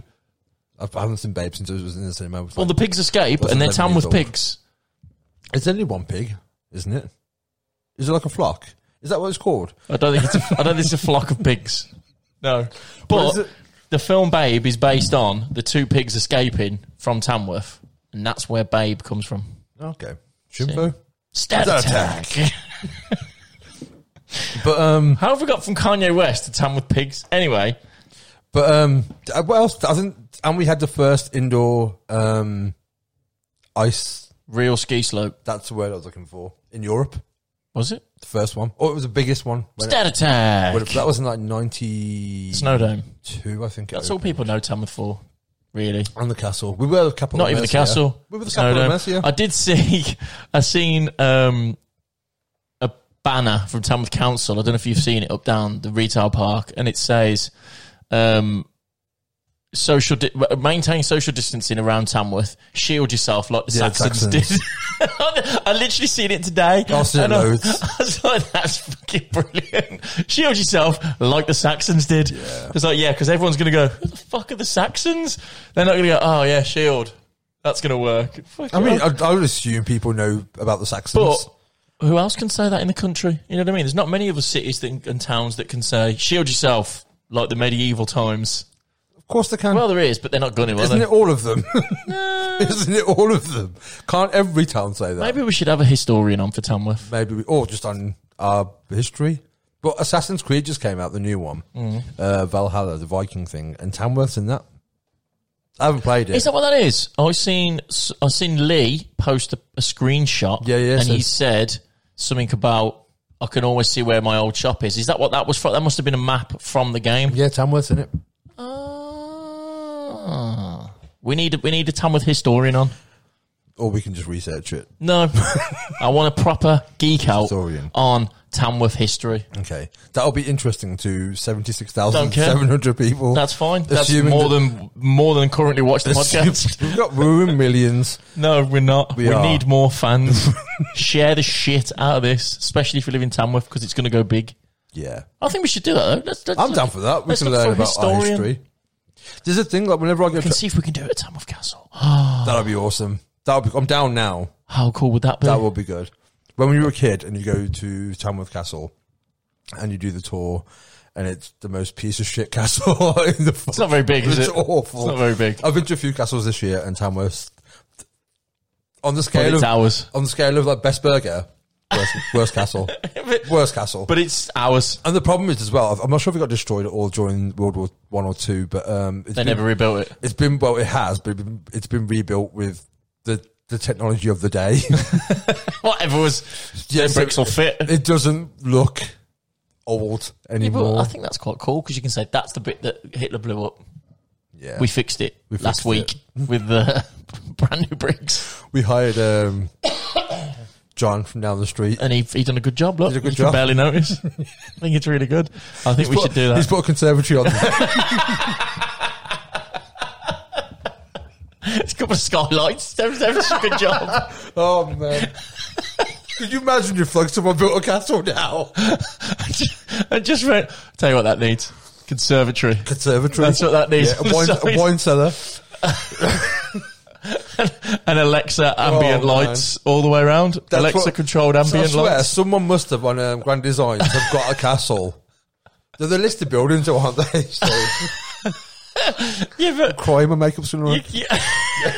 I haven't seen Babe since it was in the cinema. I was Well, like, the pigs escape, That's and they're eleven town with years old. pigs. It's only one pig, isn't it? Is it like a flock? Is that what it's called? I don't think it's. A, I don't think it's a flock of pigs. No, What is but it? the film Babe is based on the two pigs escaping from Tamworth, and that's where Babe comes from. Okay. Shimpo. Stat Stat attack. But um How have we got from Kanye West to Tamworth pigs? Anyway, but um uh, what else I think and we had the first indoor um ice real ski slope that's the word I was looking for. In Europe. was it? The first one. Oh it was the biggest one. when it- Stat attack. when it- that was in like ninety Snow Dome. two, I think it That's was. all people know Tamworth for, really. on the castle. We were the capital Not of even the Mercia. castle. We were the Snow capital of Dome. Mercia. I did see. I seen um, a banner from Tamworth Council. I don't know if you've seen it up down the retail park, and it says, um, "Social di- maintain social distancing around Tamworth. Shield yourself like the Yeah, Saxons, did." Saxons. I literally seen it today. I've seen it and I- loads. I was like, that's fucking brilliant. Shield yourself like the Saxons did. It's like, yeah, because everyone's going to go, who the fuck are the Saxons? They're not going to go, oh, yeah, shield. That's going to work. Fuck I it. mean, I, I would assume people know about the Saxons. but who else can say that in the country? You know what I mean? There's not many other cities that, and towns that can say, shield yourself like the medieval times. of course they can. Well, there is, but they're not going to, are Isn't they? it all of them? Isn't it all of them? Can't every town say that? Maybe we should have a historian on for Tamworth. Maybe we, or just on our history. But Assassin's Creed just came out, the new one, Mm. uh, Valhalla, the Viking thing, and Tamworth's in that. I haven't played it. Is that what that is? I seen I seen Lee post a, a screenshot. Yeah, yeah, And so- he said something about I can always see where my old shop is. Is that what that was? From? That must have been a map from the game. yeah, Tamworth's in it. Ah. we need a- we need a Tamworth historian on. or we can just research it. No, I want a proper geek out Historian. on Tamworth history. Okay, that'll be interesting to seventy six Don't thousand care. seven hundred people. That's fine. That's Assuming more that- than more than currently watch the podcast. We've got we're in millions. No, we're not. We, We are. need more fans. Share the shit out of this, especially if you live in Tamworth, because it's going to go big. Yeah, I think we should do that. Though. Let's, let's I'm look- down for that. We let's can look for learn a about our historian. history. There's a thing like whenever I We get can see if we can do it at Tamworth Castle. that'll be awesome. That'll be. I'm down now. How cool would that be? That will be good. When you were a kid and you go to Tamworth Castle and you do the tour and it's the most piece of shit castle in the It's not very big, is It's it? awful. It's not very big. I've been to a few castles this year and Tamworth on the but scale it's of ours. on the scale of like best burger, worst, worst castle. Worst castle. But it's ours. and the problem is as well, I'm not sure if it got destroyed at all during World War One or two, but um, it's They been- never rebuilt it. it's been well, it has, but it's been- it's been rebuilt with the the technology of the day. Whatever was, yeah, so- bricks will fit. It doesn't look old Well, anymore. I think that's quite cool because you can say that's the bit that Hitler blew up. yeah. We fixed it We last fixed week with the brand new bricks, we hired um, John from down the street. and he he done a good job. Look, Did a good you can job. barely notice. I think it's really good. I think we should do that. He's put a conservatory on. It's a couple of skylights. That was, that was a good job. oh man! Could you imagine if like someone built a castle now? I just went, tell you what that needs. Conservatory. Conservatory. That's what that needs. Yeah, a, wine, Sorry. a wine cellar. And Alexa ambient Oh, man. lights all the way around. That's Alexa what- controlled I ambient swear, lights. someone must have on um, Grand Designs have got a castle. They're the listed buildings, aren't they? So, Yeah, but crime and makeup's going you, to you-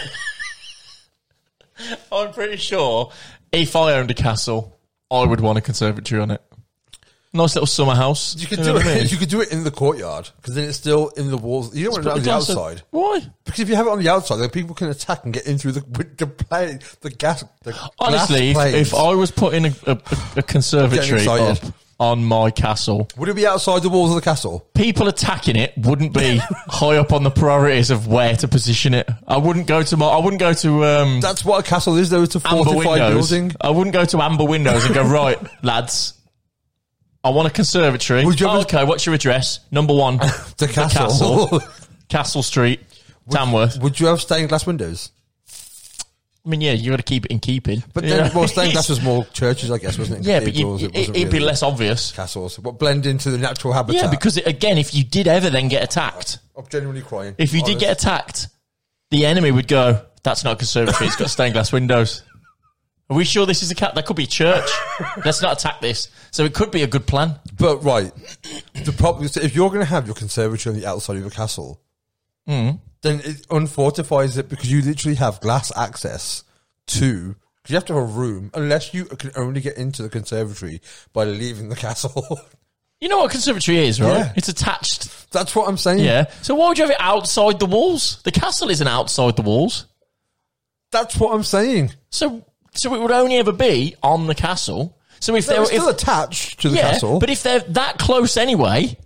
I'm pretty sure if I owned a castle, I would want a conservatory on it. Nice little summer house. You could know do what I mean? it. You could do it in the courtyard because then it's still in the walls. You don't want it Put on the the glass- outside. Why? Because if you have it on the outside, then people can attack and get in through the with the plane, the gas. The glass Honestly, if, planes. if I was putting a, a, a conservatory up excited. on my castle, would it be outside the walls of the castle? people attacking it wouldn't be high up on the priorities of where to position it. I wouldn't go to my, I wouldn't go to um, That's what a castle is, though. It's a amber fortified windows. building. I wouldn't go to amber windows and go right, lads. I want a conservatory. Would you Oh, ever- okay, what's your address? Number one, The castle. castle. Castle Street, Tamworth. would you have stained glass windows? I mean, yeah, you got to keep it in keeping. But You then, know? well, stained glass was more churches, I guess, wasn't it? yeah, but you, Cathedrals, it, wasn't would be really less obvious. castles. What blend into the natural habitat? Yeah, because it, again, if you did ever then get attacked, I'm genuinely crying. if you did get attacked, the enemy would go, that's not a conservatory, it's got stained glass windows. Are we sure this is a cat? That could be a church. Let's not attack this. So it could be a good plan. But right, the problem is if you're going to have your conservatory on the outside of your castle, Hmm. then it unfortifies it because you literally have glass access to. Because you have to have a room, unless you can only get into the conservatory by leaving the castle. You know what a conservatory is, right? Yeah. It's attached. That's what I'm saying. Yeah. So why would you have it outside the walls? The castle isn't outside the walls. that's what I'm saying. So so it would only ever be on the castle. So if They're there still if, attached to the yeah, castle. but if they're that close anyway,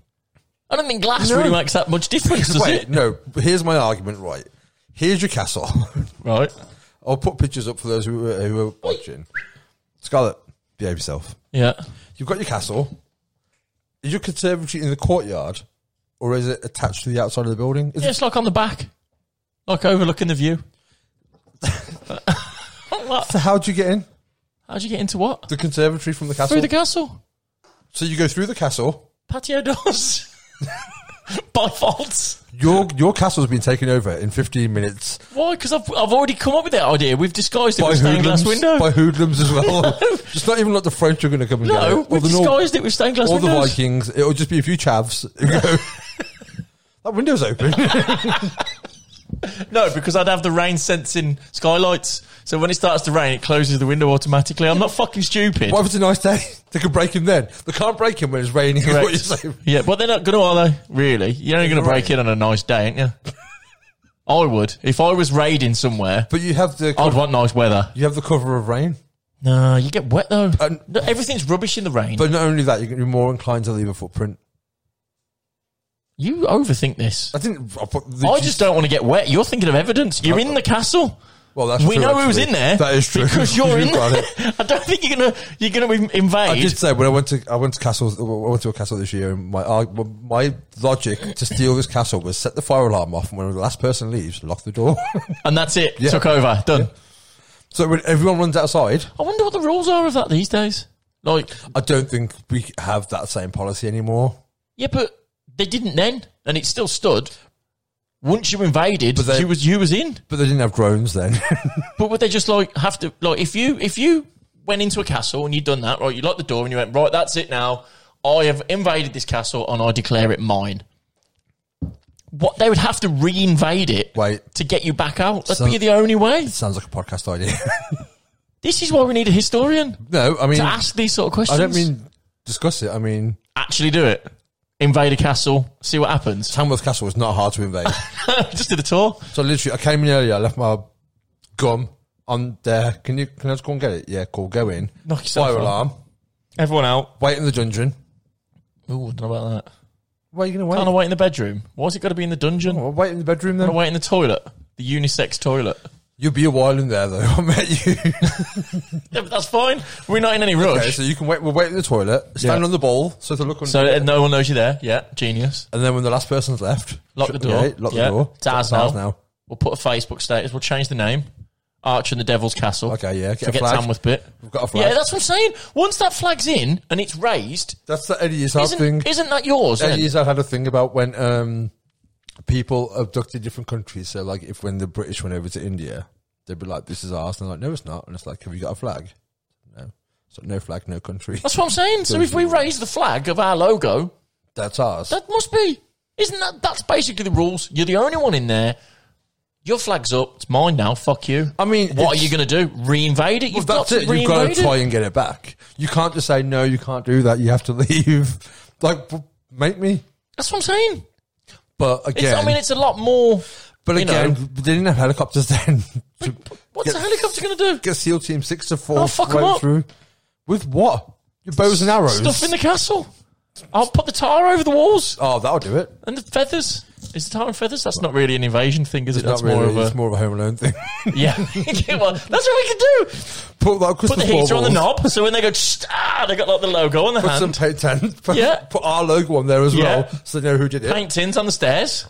I don't think glass No. really makes that much difference, does Wait, it? no. Here's my argument. Right, here's your castle. Right. I'll put pictures up for those who are, who are watching. Scarlett, behave yourself. Yeah. You've got your castle. Is your conservatory in the courtyard, or is it attached to the outside of the building? Is Yeah, it, it's like on the back, like overlooking the view. What? so how do you get in How'd you get into what? the conservatory from the castle? Through the castle. so you go through the castle. Patio doors. By fault. Your your castle's been taken over in fifteen minutes Why? Because I've, I've already come up with that idea. We've disguised it by with stained hoodlums. glass window. By hoodlums as well. It's not even like the French are going to come and no, get it. we've Nor- disguised it with stained glass or the windows. Vikings. It'll just be a few chavs. who go, that window's open. No, because I'd have the rain sensing skylights. So when it starts to rain, it closes the window automatically. I'm not fucking stupid. what if it's a nice day? They could break him then. They can't break him when it's raining. is what Correct. you're saying. Yeah, but they're not going to, are they? Really? You're only going to break in on a nice day, ain't you? I would. If I was raiding somewhere, But you have the I'd want nice weather. you have the cover of rain. No, you get wet though. And- No, Everything's rubbish in the rain. But not only that, you're going to be more inclined to leave a footprint. you overthink this. I didn't. I, put the- I just don't want to get wet. You're thinking of evidence. You're in the castle. Well, that's we true, know who's actually. in there. That is true. because you're in You've got there. it. I don't think you're gonna you're gonna invade. I did say when I went to I went to castles I went to a castle this year and my arg- my logic to steal this castle was set the fire alarm off and when the last person leaves lock the door and that's it. Yeah. Took over. Done. so when everyone runs outside I wonder what the rules are of that these days. Like, I don't think we have that same policy anymore yeah, but they didn't then, and it still stood. Once you invaded, But they- you was you was in. but they didn't have drones then But would they just like have to like if you if you went into a castle and you'd done that right? You locked the door and you went right. That's it now. I have invaded this castle and I declare it mine. What they would have to re-invade it Wait. to get you back out. That'd So- be the only way. sounds like a podcast idea This is why we need a historian no I mean to ask these sort of questions. I don't mean discuss it I mean actually do it. Invade a castle, see what happens. Tamworth Castle was not hard to invade just did a tour. so literally I came in earlier I left my gum on there can you can I just go and get it yeah cool go in Knock yourself fire out. alarm Everyone out. wait in the dungeon Ooh, don't know about that. why are you going to wait Can't I wait in the bedroom? Why's it got to be in the dungeon? Well, wait in the bedroom Can I then. wait in the toilet? The unisex toilet. You'll be a while in there though. I met you. Yeah, but that's fine. We're not in any rush. okay, so you can wait. We'll wait in the toilet. Stand Yeah. on the bowl so to look. Under So uh, no one knows you're there. Yeah, genius. and then when the last person's left, Lock the door. Yeah, lock Yeah. the door. It's ours That's now. We'll put a Facebook status. We'll change the name. Arch and the Devil's Castle. Okay, yeah, get a Forget flag. Tamworth bit. We've got a flag. Yeah, that's what I'm saying. Once that flag's in and it's raised, That's the Eddie Izzard thing. isn't, isn't that yours? then? Eddie Izzard had a thing about when um, people abducted different countries. So like, if when the British went over to India, they'd be like, "This is ours," and they're like, "No, it's not." And it's like, "Have you got a flag?" No. So no flag, no country. That's what I'm saying. So if we raise the flag of our logo, That's ours. that must be. Isn't that? That's basically the rules. You're the only one in there. Your flag's up. It's mine now. Fuck you. I mean, what are it's- you going to do? Reinvade it? Well, You've got that's to it. You've got to reinvade it. try and get it back. You can't just say no. You can't do that. You have to leave. Like, w- make me. That's what I'm saying. But It's, again, I mean, it's a lot more. but you again, know. they didn't have helicopters then. to What's get- a helicopter going to do? Get SEAL Team Six to Four Oh, fuck 'em right up. through with what? Your bows and arrows. Stuff in the castle. I'll put the tar over the walls oh, that'll do it. and the feathers. Is the tar and feathers? That's not really an invasion thing, is it? Not That's really. more of it's a more of a Home Alone thing. yeah. Yeah, well, that's what we can do. put like Put the heater on the knob, so when they go, tsh, ah, they got like the logo on the Put hand. some paint tan. Put, Yeah. put our logo on there as Yeah. well, so they know who did it. paintings on the stairs.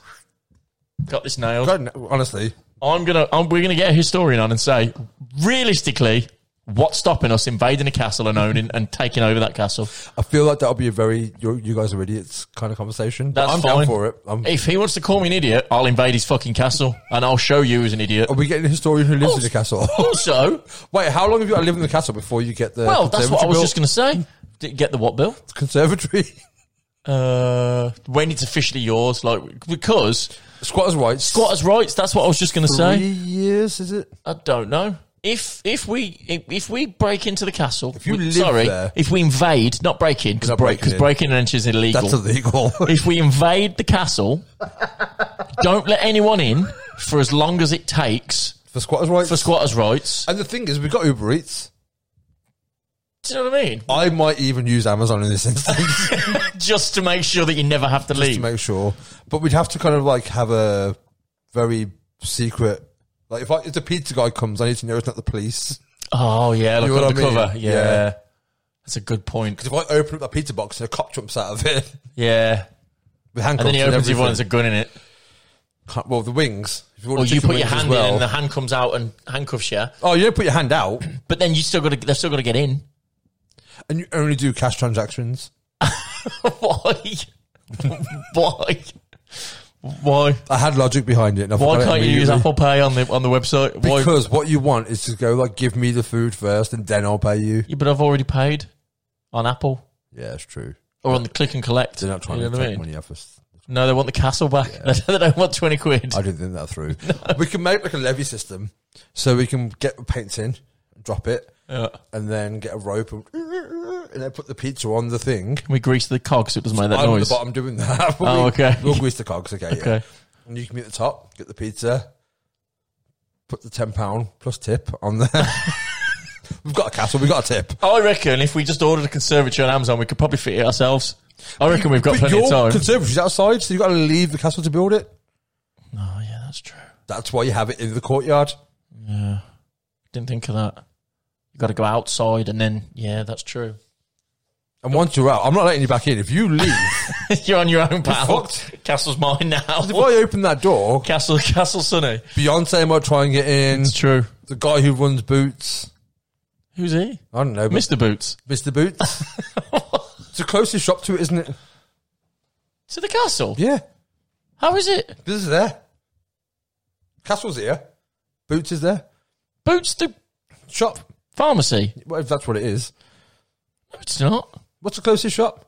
Got this nailed. God, no, honestly, I'm gonna. I'm, we're gonna get a historian on and say, realistically, what's stopping us invading a castle and owning and taking over that castle? I feel like that'll be a very you you guys are idiots kind of conversation. But That's I'm fine down for it. I'm, If he wants to call me an idiot, I'll invade his fucking castle and I'll show you as an idiot. Are we getting Oh, a historian who lives in the castle? Also, Wait, how long have you got to live in the castle before you get the well, that's what I was conservatory just gonna say. Did Get the what bill? built? conservatory Uh, when it's officially yours, like because squatters' rights. squatters' rights. That's what I was just gonna three say. years is it? I don't know. If if we if, if we break into the castle, you we- live sorry, there- if we invade, not break in because Not break breaking because in. breaking and entry is illegal. That's illegal. if we invade the castle, don't let anyone in for as long as it takes for squatters' rights. for squatters' rights. and the thing is, we've got Uber Eats. Do you know what I mean? I might even use Amazon in this instance Just to make sure that you never have to to leave. make sure. But we'd have to kind of like have a very secret. Like if, I, if the pizza guy comes, I need to know it's not the police. oh yeah, like You know what I mean? undercover. Yeah. Yeah. that's a good point. Because if I open up that pizza box and a cop jumps out of it, Yeah, with handcuffs and then he opens your everything. one. There's a gun in it. Can't- well, the wings. If Or want to you chicken put your wings as hand in, well. and the hand comes out and handcuffs you. Oh, you don't put your hand out, But then you still got to. They've still got to get in. and you only do cash transactions. Why? Why? Why? I had logic behind it. and I Why forgot it can't you use immediately. Apple Pay on the on the website? Why? Because what you want is to go like, give me the food first, and then I'll pay you. Yeah, but I've already paid on Apple Yeah, it's true. or on the click and collect. They're not trying You know to what I take mean? money off us. No, they want the castle back. they don't want twenty quid. I didn't think that through. We can make like a levy system, so we can get a painting, drop it, and then get a rope and, and then put the pizza on the thing. Can we grease the cog so it doesn't make that I'm at noise? the bottom doing that. But Oh, we- okay. We'll grease the cogs. Okay. Yeah. Okay. And you can be at the top, get the pizza, put the ten pound plus tip on there. we've got a castle. We've got a tip. I reckon if we just ordered a conservatory on Amazon, we could probably fit it ourselves. I reckon we've got but plenty your of time. conservatory's outside, so you've got to leave the castle to build it. oh yeah, that's true. That's why you have it in the courtyard. Yeah. Didn't think of that. You got to go outside and then, yeah, that's true. And once you're out, I'm not letting you back in. If you leave, You're on your own, pal. fucked. Castle's mine now. before you open that door, Castle, Castle Sunny. Beyonce might try and get in. true. The guy who runs Boots. Who's he? I don't know. Mr. Boots. Mr. Boots. it's the closest shop to it, isn't it? To the castle? Yeah. How is it? This is there. Castle's here. Boots is there. Boots the Shop. pharmacy? Well, if that's what it is. No, it's not. What's the closest shop?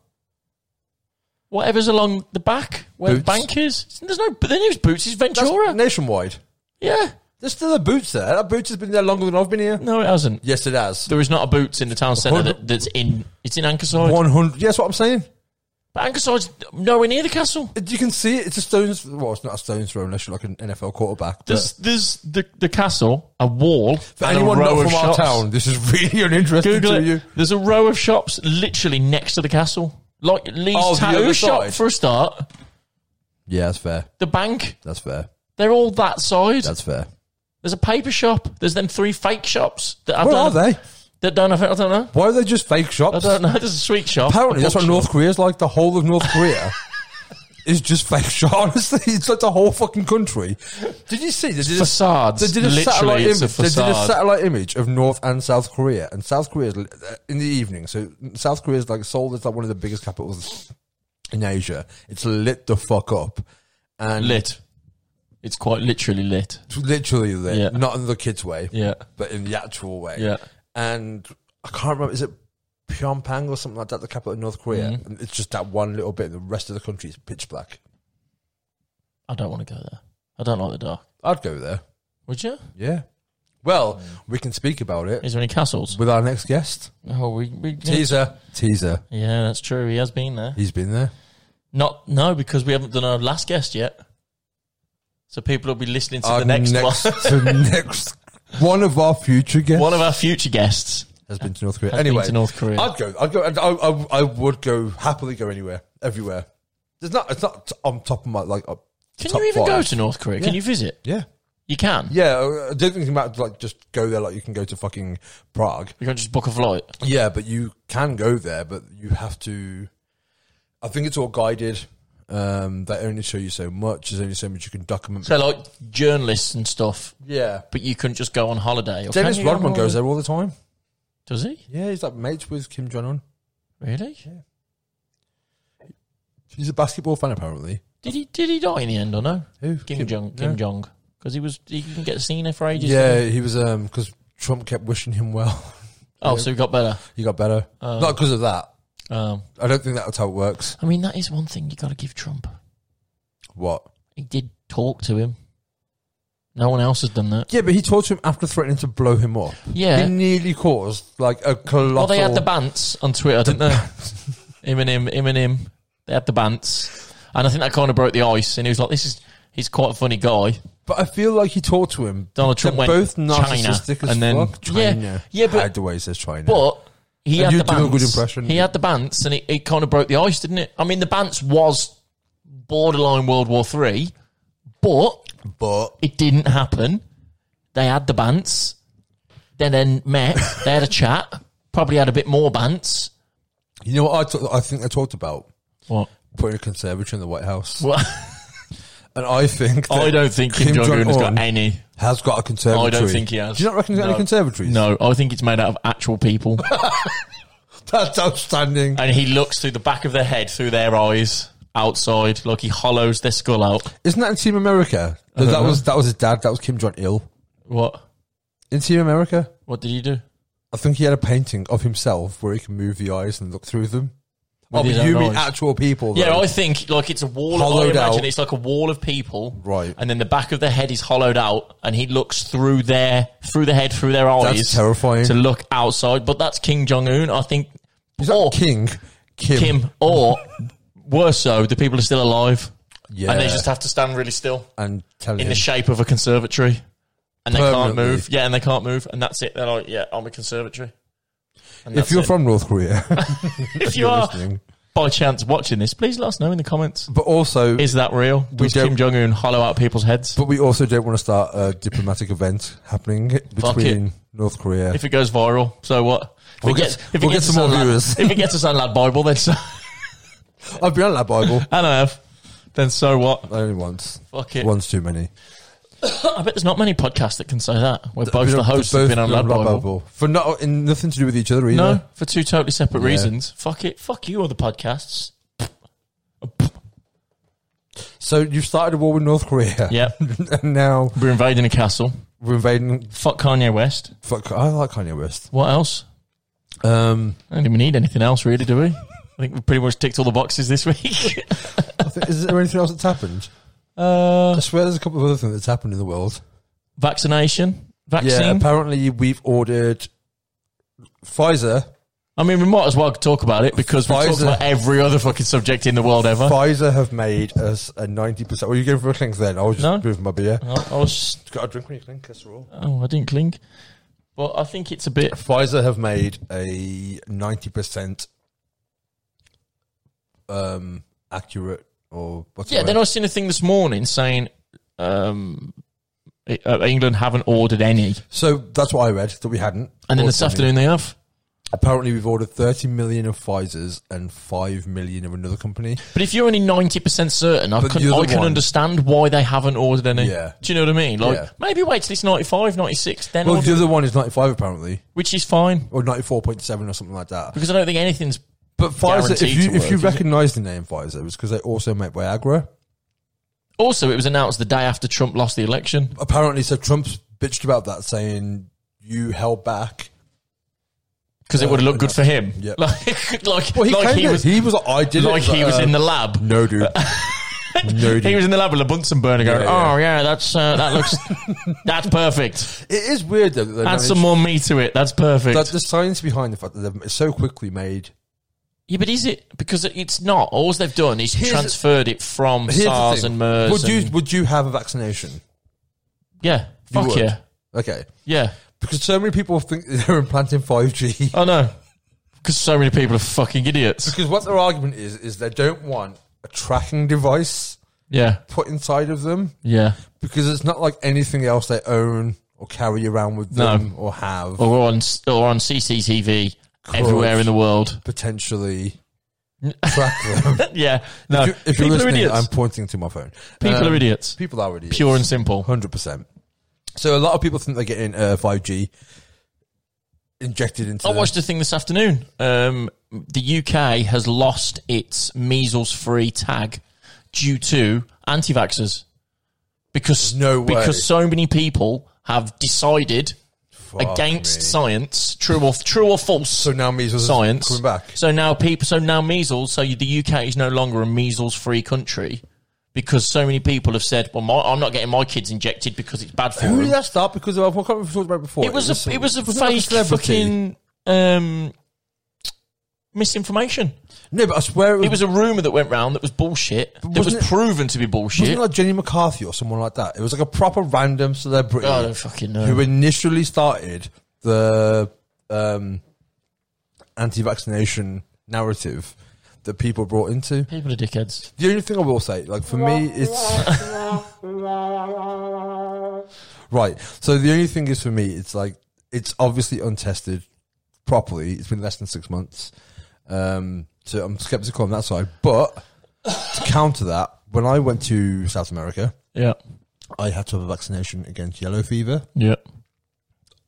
Whatever's along the back where the Boots. bank is. There's no, but the nearest Boots is That's Ventura. nationwide. yeah. There's still a Boots there. That Boots has been there longer than I've been here. No, it hasn't. Yes, it has. There is not a Boots in the town centre Hundred- that, that's in, it's in Ankerside. 100. Yes, what I'm saying. But Ankerside's nowhere near the castle. You can see it. It's a stone's. Well, it's not a stone's throw unless you're like an NFL quarterback. but- There's, there's the, the castle, a wall, For and anyone a not row from of our shops. town, this is really uninteresting Google to it. you. There's a row of shops literally next to the castle. Like Lee's Oh, the tattoo other shop side. for a start. Yeah, that's fair. The bank. That's fair. They're all that side. That's fair. There's a paper shop. There's them three fake shops that I What are don't they? That don't have, I don't know. Why are they just fake I shops? don't know. There's a sweet shop. Apparently, a that's what bookshop. North Korea's like. The whole of North Korea is just fake shops. Honestly, it's like the whole fucking country. Did you see? They did Facades. They did a Literally, satellite it's image. a They did a facade. satellite image of North and South Korea, and South Korea's uh, in the evening. So South Korea's like Seoul is like one of the biggest capitals in Asia. It's lit the fuck up, and Lit. It's quite literally lit. literally lit. Yeah. Not in the kids' way, Yeah. but in the actual way. Yeah. And I can't remember. Is it Pyongyang or something like that? The capital of North Korea. Mm-hmm. And it's just that one little bit. The rest of the country is pitch black. I don't want to go there. I don't like the dark. I'd go there. Would you? Yeah. Well, we can speak about it Mm. Is there any castles? with our next guest. Oh, we, we Teaser. Teaser. Yeah, that's true. He has been there. He's been there. Not no, because we haven't done our last guest yet. So people will be listening to Our the next, one. to next one of our future guests one of our future guests. has been to North Korea. Has been anyway, to North Korea. I'd go. I'd go. I'd, I, I, I would go happily go anywhere, everywhere. There's not. It's not t- on top of my like. Up, Can top you even five. go to North Korea? Can Yeah. you visit? Yeah. You can. Yeah, uh, I- I don't think about like just go there like you can go to fucking Prague. You can just book a flight. Yeah, but you can go there, but you have to. I think it's all guided. Um, they only show you so much. There's only so much you can document. So like journalists and stuff, yeah, but you couldn't just go on holiday. Or Dennis can you go on Rodman holiday? goes there all the time. Does he Yeah, he's like mates with Kim Jong Un. really? He's a basketball fan apparently. Did he? Did he die in the end or no? Who? Kim Kim- Jong. yeah. Kim Jong. Because he was he didn't get seen there for ages. yeah, he was um because Trump kept wishing him well. Oh, so he got better. he got better, Oh. not because of that. Um, I don't think that's how it works. I mean, that is one thing you got to give Trump. What? He did talk to him. No one else has done that. Yeah, but he talked to him after threatening to blow him up. Yeah. He nearly caused like a colossal. Well, they had the bants on Twitter, didn't they? him and him, him and him. They had the bants, and I think that kind of broke the ice. And he was like, "This is." He's quite a funny guy. But I feel like he talked to him. Donald Trump They're went both China, narcissistic as and then- fuck. Yeah, China. yeah, but- I hate the way he says China. But he And had you the do a bants. good impression. He had the bants, and it, it kind of broke the ice, didn't it? I mean, the bants was borderline World War Three, but but it didn't happen. They had the bants. They then met. They had a chat. Probably had a bit more bants. you know what? I talk- I think I talked about What? putting a conservatory in the White House, Well, and I think that I don't think Kim, Jong Un has got any. has got a conservatory. I don't think he has. Do you not reckon he's got No. any conservatories? No, I think it's made out of actual people, that's outstanding. and he looks through the back of their head through their eyes outside, like he hollows their skull out. Isn't that in Team America? No, that don't was that was his dad. That was Kim Jong Il What? in Team America. What did he do? I think he had a painting of himself where he can move the eyes and look through them. Oh, his but you own mean eyes. actual people? Yeah, though. I think like it's a wall. I Hollowed imagine out. it's like a wall of people, Right. And then the back of their head is hollowed out, and he looks through their through their head through their eyes. That's terrifying. to look outside. But that's King Jong Un, I think, Is that or King Kim? Kim, or worse so, the people are still alive, Yeah, and they just have to stand really still and telling in him. the shape of a conservatory, and they can't Permanently. move. Yeah, and they can't move, and that's it. They're like, yeah, I'm a conservatory. And if that's you're it. from North Korea, if you are, listening, by chance watching this, please let us know in the comments. But also, Is that real? Does don't- Kim Jong Un hollow out people's heads? but we also don't want to start a diplomatic event happening between it. North Korea. If it goes viral, so what? If We'll it get- gets, if we'll it get gets some us more on Lad- viewers. if it gets us on Lad Bible, then so I've been on that Bible and I have. Then so what? only once. Fuck it. One's too many. I bet there's not many podcasts that can say that where both We've the been- hosts both have been on Lad Bible. for not in nothing to do with each other either. No, for two totally separate Yeah. reasons. Fuck it. Fuck you, other podcasts. So you've started a war with North Korea. Yep. and now We're invading a castle. we're invading. Fuck Kanye West. Fuck, I like Kanye West. What else? Um, I don't think we need anything else, really, do we? I think we pretty much ticked all the boxes this week. I think, is there anything else that's happened? uh, I swear, there's a couple of other things that's happened in the world. vaccination, vaccine. Yeah, apparently we've ordered Pfizer. I mean, we might as well talk about it because we talked Pfizer. about every other fucking subject in the world ever. Pfizer have made us a ninety percent. Well, you going for a clink then? I was just No. moving my beer. I I was. Got a drink when you clink. That's all. Oh, I didn't clink. But I think it's a bit. Pfizer have made a ninety percent um accurate or what's Yeah, the then word? I seen a thing this morning saying um, it- uh, England haven't ordered any, so that's what I read that we hadn't. and then Or this something. afternoon they have. apparently we've ordered thirty million of Pfizer's and five million of another company. But if you're only ninety percent certain, I But can, the other I can one- understand why they haven't ordered any. Yeah. Do you know what I mean? Like Yeah. maybe wait till it's 95, 96, then Well, order, the other one is ninety five apparently, which is fine or ninety four point seven or something like that. because I don't think anything's. But Pfizer, if guaranteed you to if you work, is it? recognise the name Pfizer, it was because they also make Viagra. Also, it was announced the day after Trump lost the election. Apparently, so Trump's bitched about that, saying you held back. because it Yeah, would have looked good for him. Yep. Like, like, Well, he like came he in- was, he was like, I did it, like he but, was uh, in the lab. No, dude. no, dude. He was in the lab with a Bunsen burner going, Yeah, yeah. oh yeah, that's, uh, that looks, that's perfect. it is weird though. That they Add managed- some more meat to it. That's perfect. That the science behind the fact that they've so quickly made. yeah, but is it? Because it's not. All they've done is Here's- transferred it from Here's the SARS thing. and MERS. Would you and- would you have a vaccination? yeah. You Fuck would. yeah. Okay, Yeah. because so many people think they're implanting five G. I know. Because so many people are fucking idiots. Because what their argument is is they don't want a tracking device Yeah. put inside of them Yeah. because it's not like anything else they own or carry around with No. them or have Or on, or on CCTV everywhere in the world. potentially track them. Yeah. No. if, you're people are listening, idiots. I'm pointing to my phone. People Um, are idiots. People are idiots. Pure and simple. hundred percent. So a lot of people think they're getting uh, five G injected into. I them. watched a thing this afternoon. Um, the UK has lost its measles-free tag due to anti-vaxxers because No way. because so many people have decided Fuck against me. science, true or true or false. So now measles is science coming back. So now people. So now measles. So you- the UK is no longer a measles-free country. Because so many people have said, "Well, my, I'm not getting my kids injected because it's bad for Who them." did that start because of? I can't remember if we talked about it before. it was, a some- it was a wasn't it like fake celebrity? fucking um, misinformation. No, but I swear it was. It was a rumor that went round that was bullshit. That was wasn't it- proven to be wasn't bullshit. it like Jenny McCarthy or someone like that. It was like a proper random celebrity Oh, I don't fucking know. who initially started the um, anti-vaccination narrative that people brought into. People are dickheads. The only thing I will say, like for me, it's right. So the only thing is for me, it's like it's obviously untested properly. It's been less than six months, um, so I'm skeptical on that side. But to counter that, when I went to South America, Yeah. I had to have a vaccination against yellow fever. Yeah.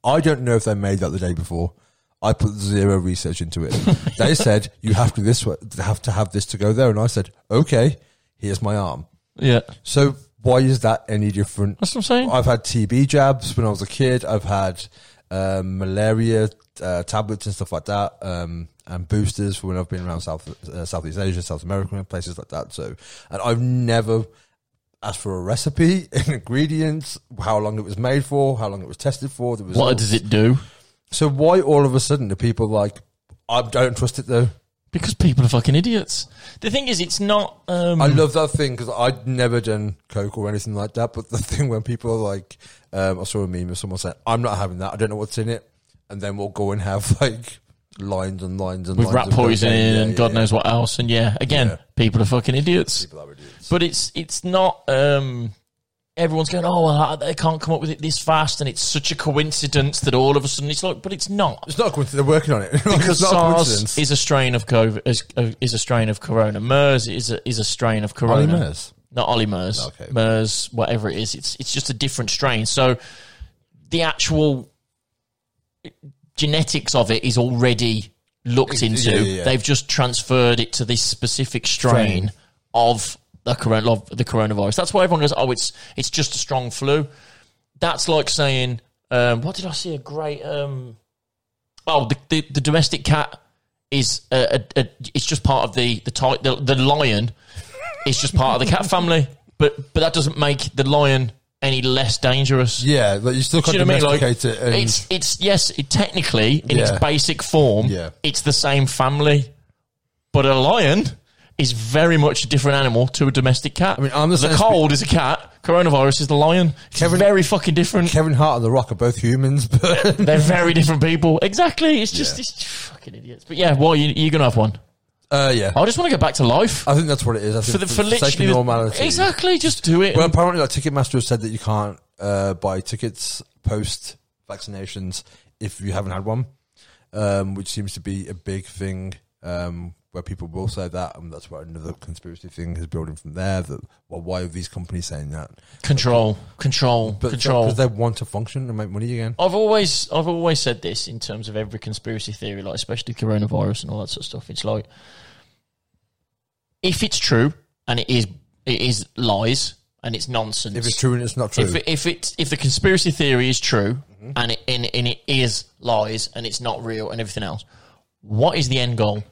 I don't know if they made that the day before. I put zero research into it. they said you have to this way, have to have this to go there, and I said, okay, here's my arm. Yeah. So why is that any different? That's what I'm saying. I've had TB jabs when I was a kid. I've had um, malaria uh, tablets and stuff like that, um, and boosters for when I've been around South uh, Southeast Asia, South America, places like that. So, and I've never asked for a recipe, ingredients, how long it was made for, how long it was tested for. The What results. does it do? so why all of a sudden are people like, I don't trust it though? Because people are fucking idiots. The thing is, it's not. Um, I love that thing because I'd never done coke or anything like that. But the thing when people are like, um, I saw a meme of someone saying, "I'm not having that. I don't know what's in it," and then we'll go and have like lines and lines and with lines rat of poisoning cocaine. Yeah, and yeah, God yeah. knows what else. And yeah, again, Yeah. people are fucking idiots. People are idiots. But it's it's not. Um, everyone's going, oh, well, they can't come up with it this fast, and it's such a coincidence that all of a sudden it's like, but it's not. It's not a coincidence. They're working on it. Like, Because it's not a SARS coincidence. is a strain of COVID, is, is a strain of Corona. MERS is a, is a strain of Corona. MERS? not Ollie MERS. Okay. MERS, whatever it is, it's it's just a different strain. So the actual genetics of it is already looked Yeah, into. yeah, yeah. They've just transferred it to this specific strain Strain. of the corona of the coronavirus. That's why everyone goes, "Oh, it's it's just a strong flu." That's like saying, um, "What did I see? A great um, oh, the, the the domestic cat is a, a, a it's just part of the the, ti- the the lion is just part of the cat family, but but that doesn't make the lion any less dangerous." yeah, like you still Do can't you know what I mean? Like, domesticate it. And it's it's yes, it, technically in its Yeah. basic form, Yeah. it's the same family, but a lion is very much a different animal to a domestic cat. I mean, I'm the the same spe- cold is a cat, coronavirus is the lion. It's very fucking different. Kevin Hart and The Rock are both humans, but They're very different people. Exactly. It's just it's fucking idiots. But yeah, well, you, you're gonna have one. uh, yeah, I just want to go back to life I think that's what it is. I for think the for Uh, sake of literally the- normality. Exactly. Just do it. Well, and- apparently, like Ticketmaster has said that you can't uh, buy tickets post vaccinations if you haven't had one, um, which seems to be a big thing um, where people will say that, and that's where another conspiracy thing is building from there. That well, why are these companies saying that? control, control, But control. because they want to function and make money again. I've always I've always said this in terms of every conspiracy theory, like especially coronavirus and all that sort of stuff. It's like if it's true and it is it is lies and it's nonsense. If it's true and it's not true, Mm-hmm. If it, if it if the conspiracy theory is true and it and, and it is lies and it's not real and everything else, what is the end goal?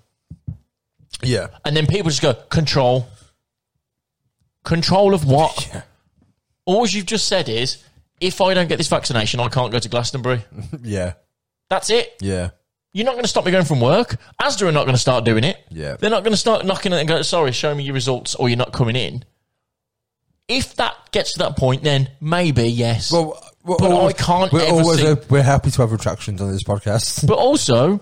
yeah, And then people just go control. Control of what? All you've just said is, if I don't get this vaccination, I can't go to Glastonbury. yeah, That's it. yeah, You're not going to stop me going from work. ASDA are not going to start doing it. Yeah. They're not going to start knocking it and go, sorry, show me your results or you're not coming in. If that gets to that point, then maybe yes. Well, we're But I always- can't We're ever always see- op- we're happy to have retractions on this podcast. but also,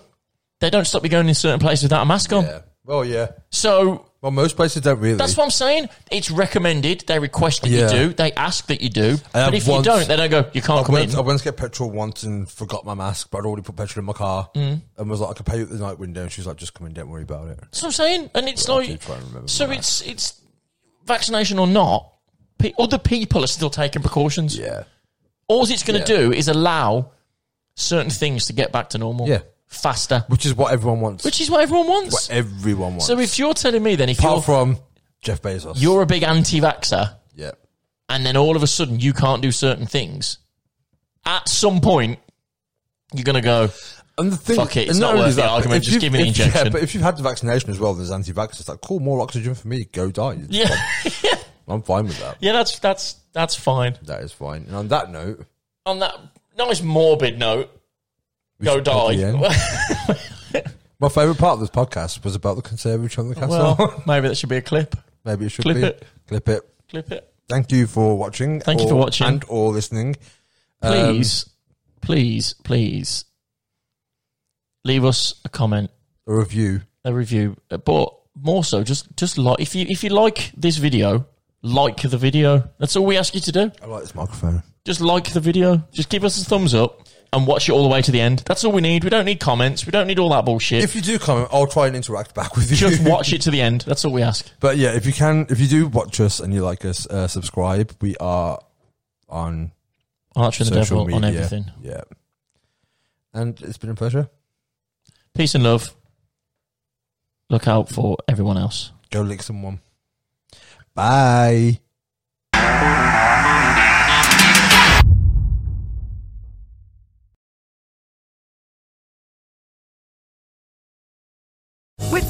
they don't stop you going in certain places without a mask on. yeah. Well, yeah. So Well, most places don't really. that's what I'm saying. It's recommended. They request that Yeah. you do. They ask that you do. I have But if once- you don't, they don't go, you can't I come in. went, I went to get petrol once and forgot my mask, but I'd already put petrol in my car Mm. and was like, I could pay at the night window. And she was like, just come in, don't worry about it. That's what I'm saying. And it's do like, try and remember so it's, it's vaccination or not, pe- other people are still taking precautions. Yeah. All it's going to Yeah. do is allow certain things to get back to normal. Yeah. Faster. Which is what everyone wants. Which is what everyone what wants. everyone wants. so if you're telling me then if you're, Apart from Jeff Bezos. you're a big anti-vaxxer yeah. and then all of a sudden you can't do certain things, at some point you're going to go, And the thing, Fuck it, it's and not only worth the argument, if just you've- give me an if- Yeah, injection. but if you've had the vaccination as well, there's anti-vaxxers. Like, cool, more oxygen for me. Go die. It's yeah, fine. I'm fine with that. yeah, that's, that's, that's fine. That is fine. And on that note, On that nice morbid note, we go should probably end. die. My favourite part of this podcast was about the conservatory on the castle. well, maybe that should be a clip. Maybe it should clip be. it. Clip it. Clip it. Thank you for watching. Thank you or- for watching. and or listening. Um, please, please, please leave us a comment, a review. a review, but more so, just just like if you if you like this video, like the video. That's all we ask you to do. I like this microphone. Just like the video. Just give us a thumbs up and watch it all the way to the end. That's all we need. We don't need comments. We don't need all that bullshit. If you do comment, I'll try and interact back with you. just watch it to the end. That's all we ask. But yeah, if you can, if you do watch us and you like us, uh, subscribe. We are on Archer and the Devil social media. on everything. Yeah. And it's been a pleasure. Peace and love. Look out for everyone else. Go lick someone. Bye. With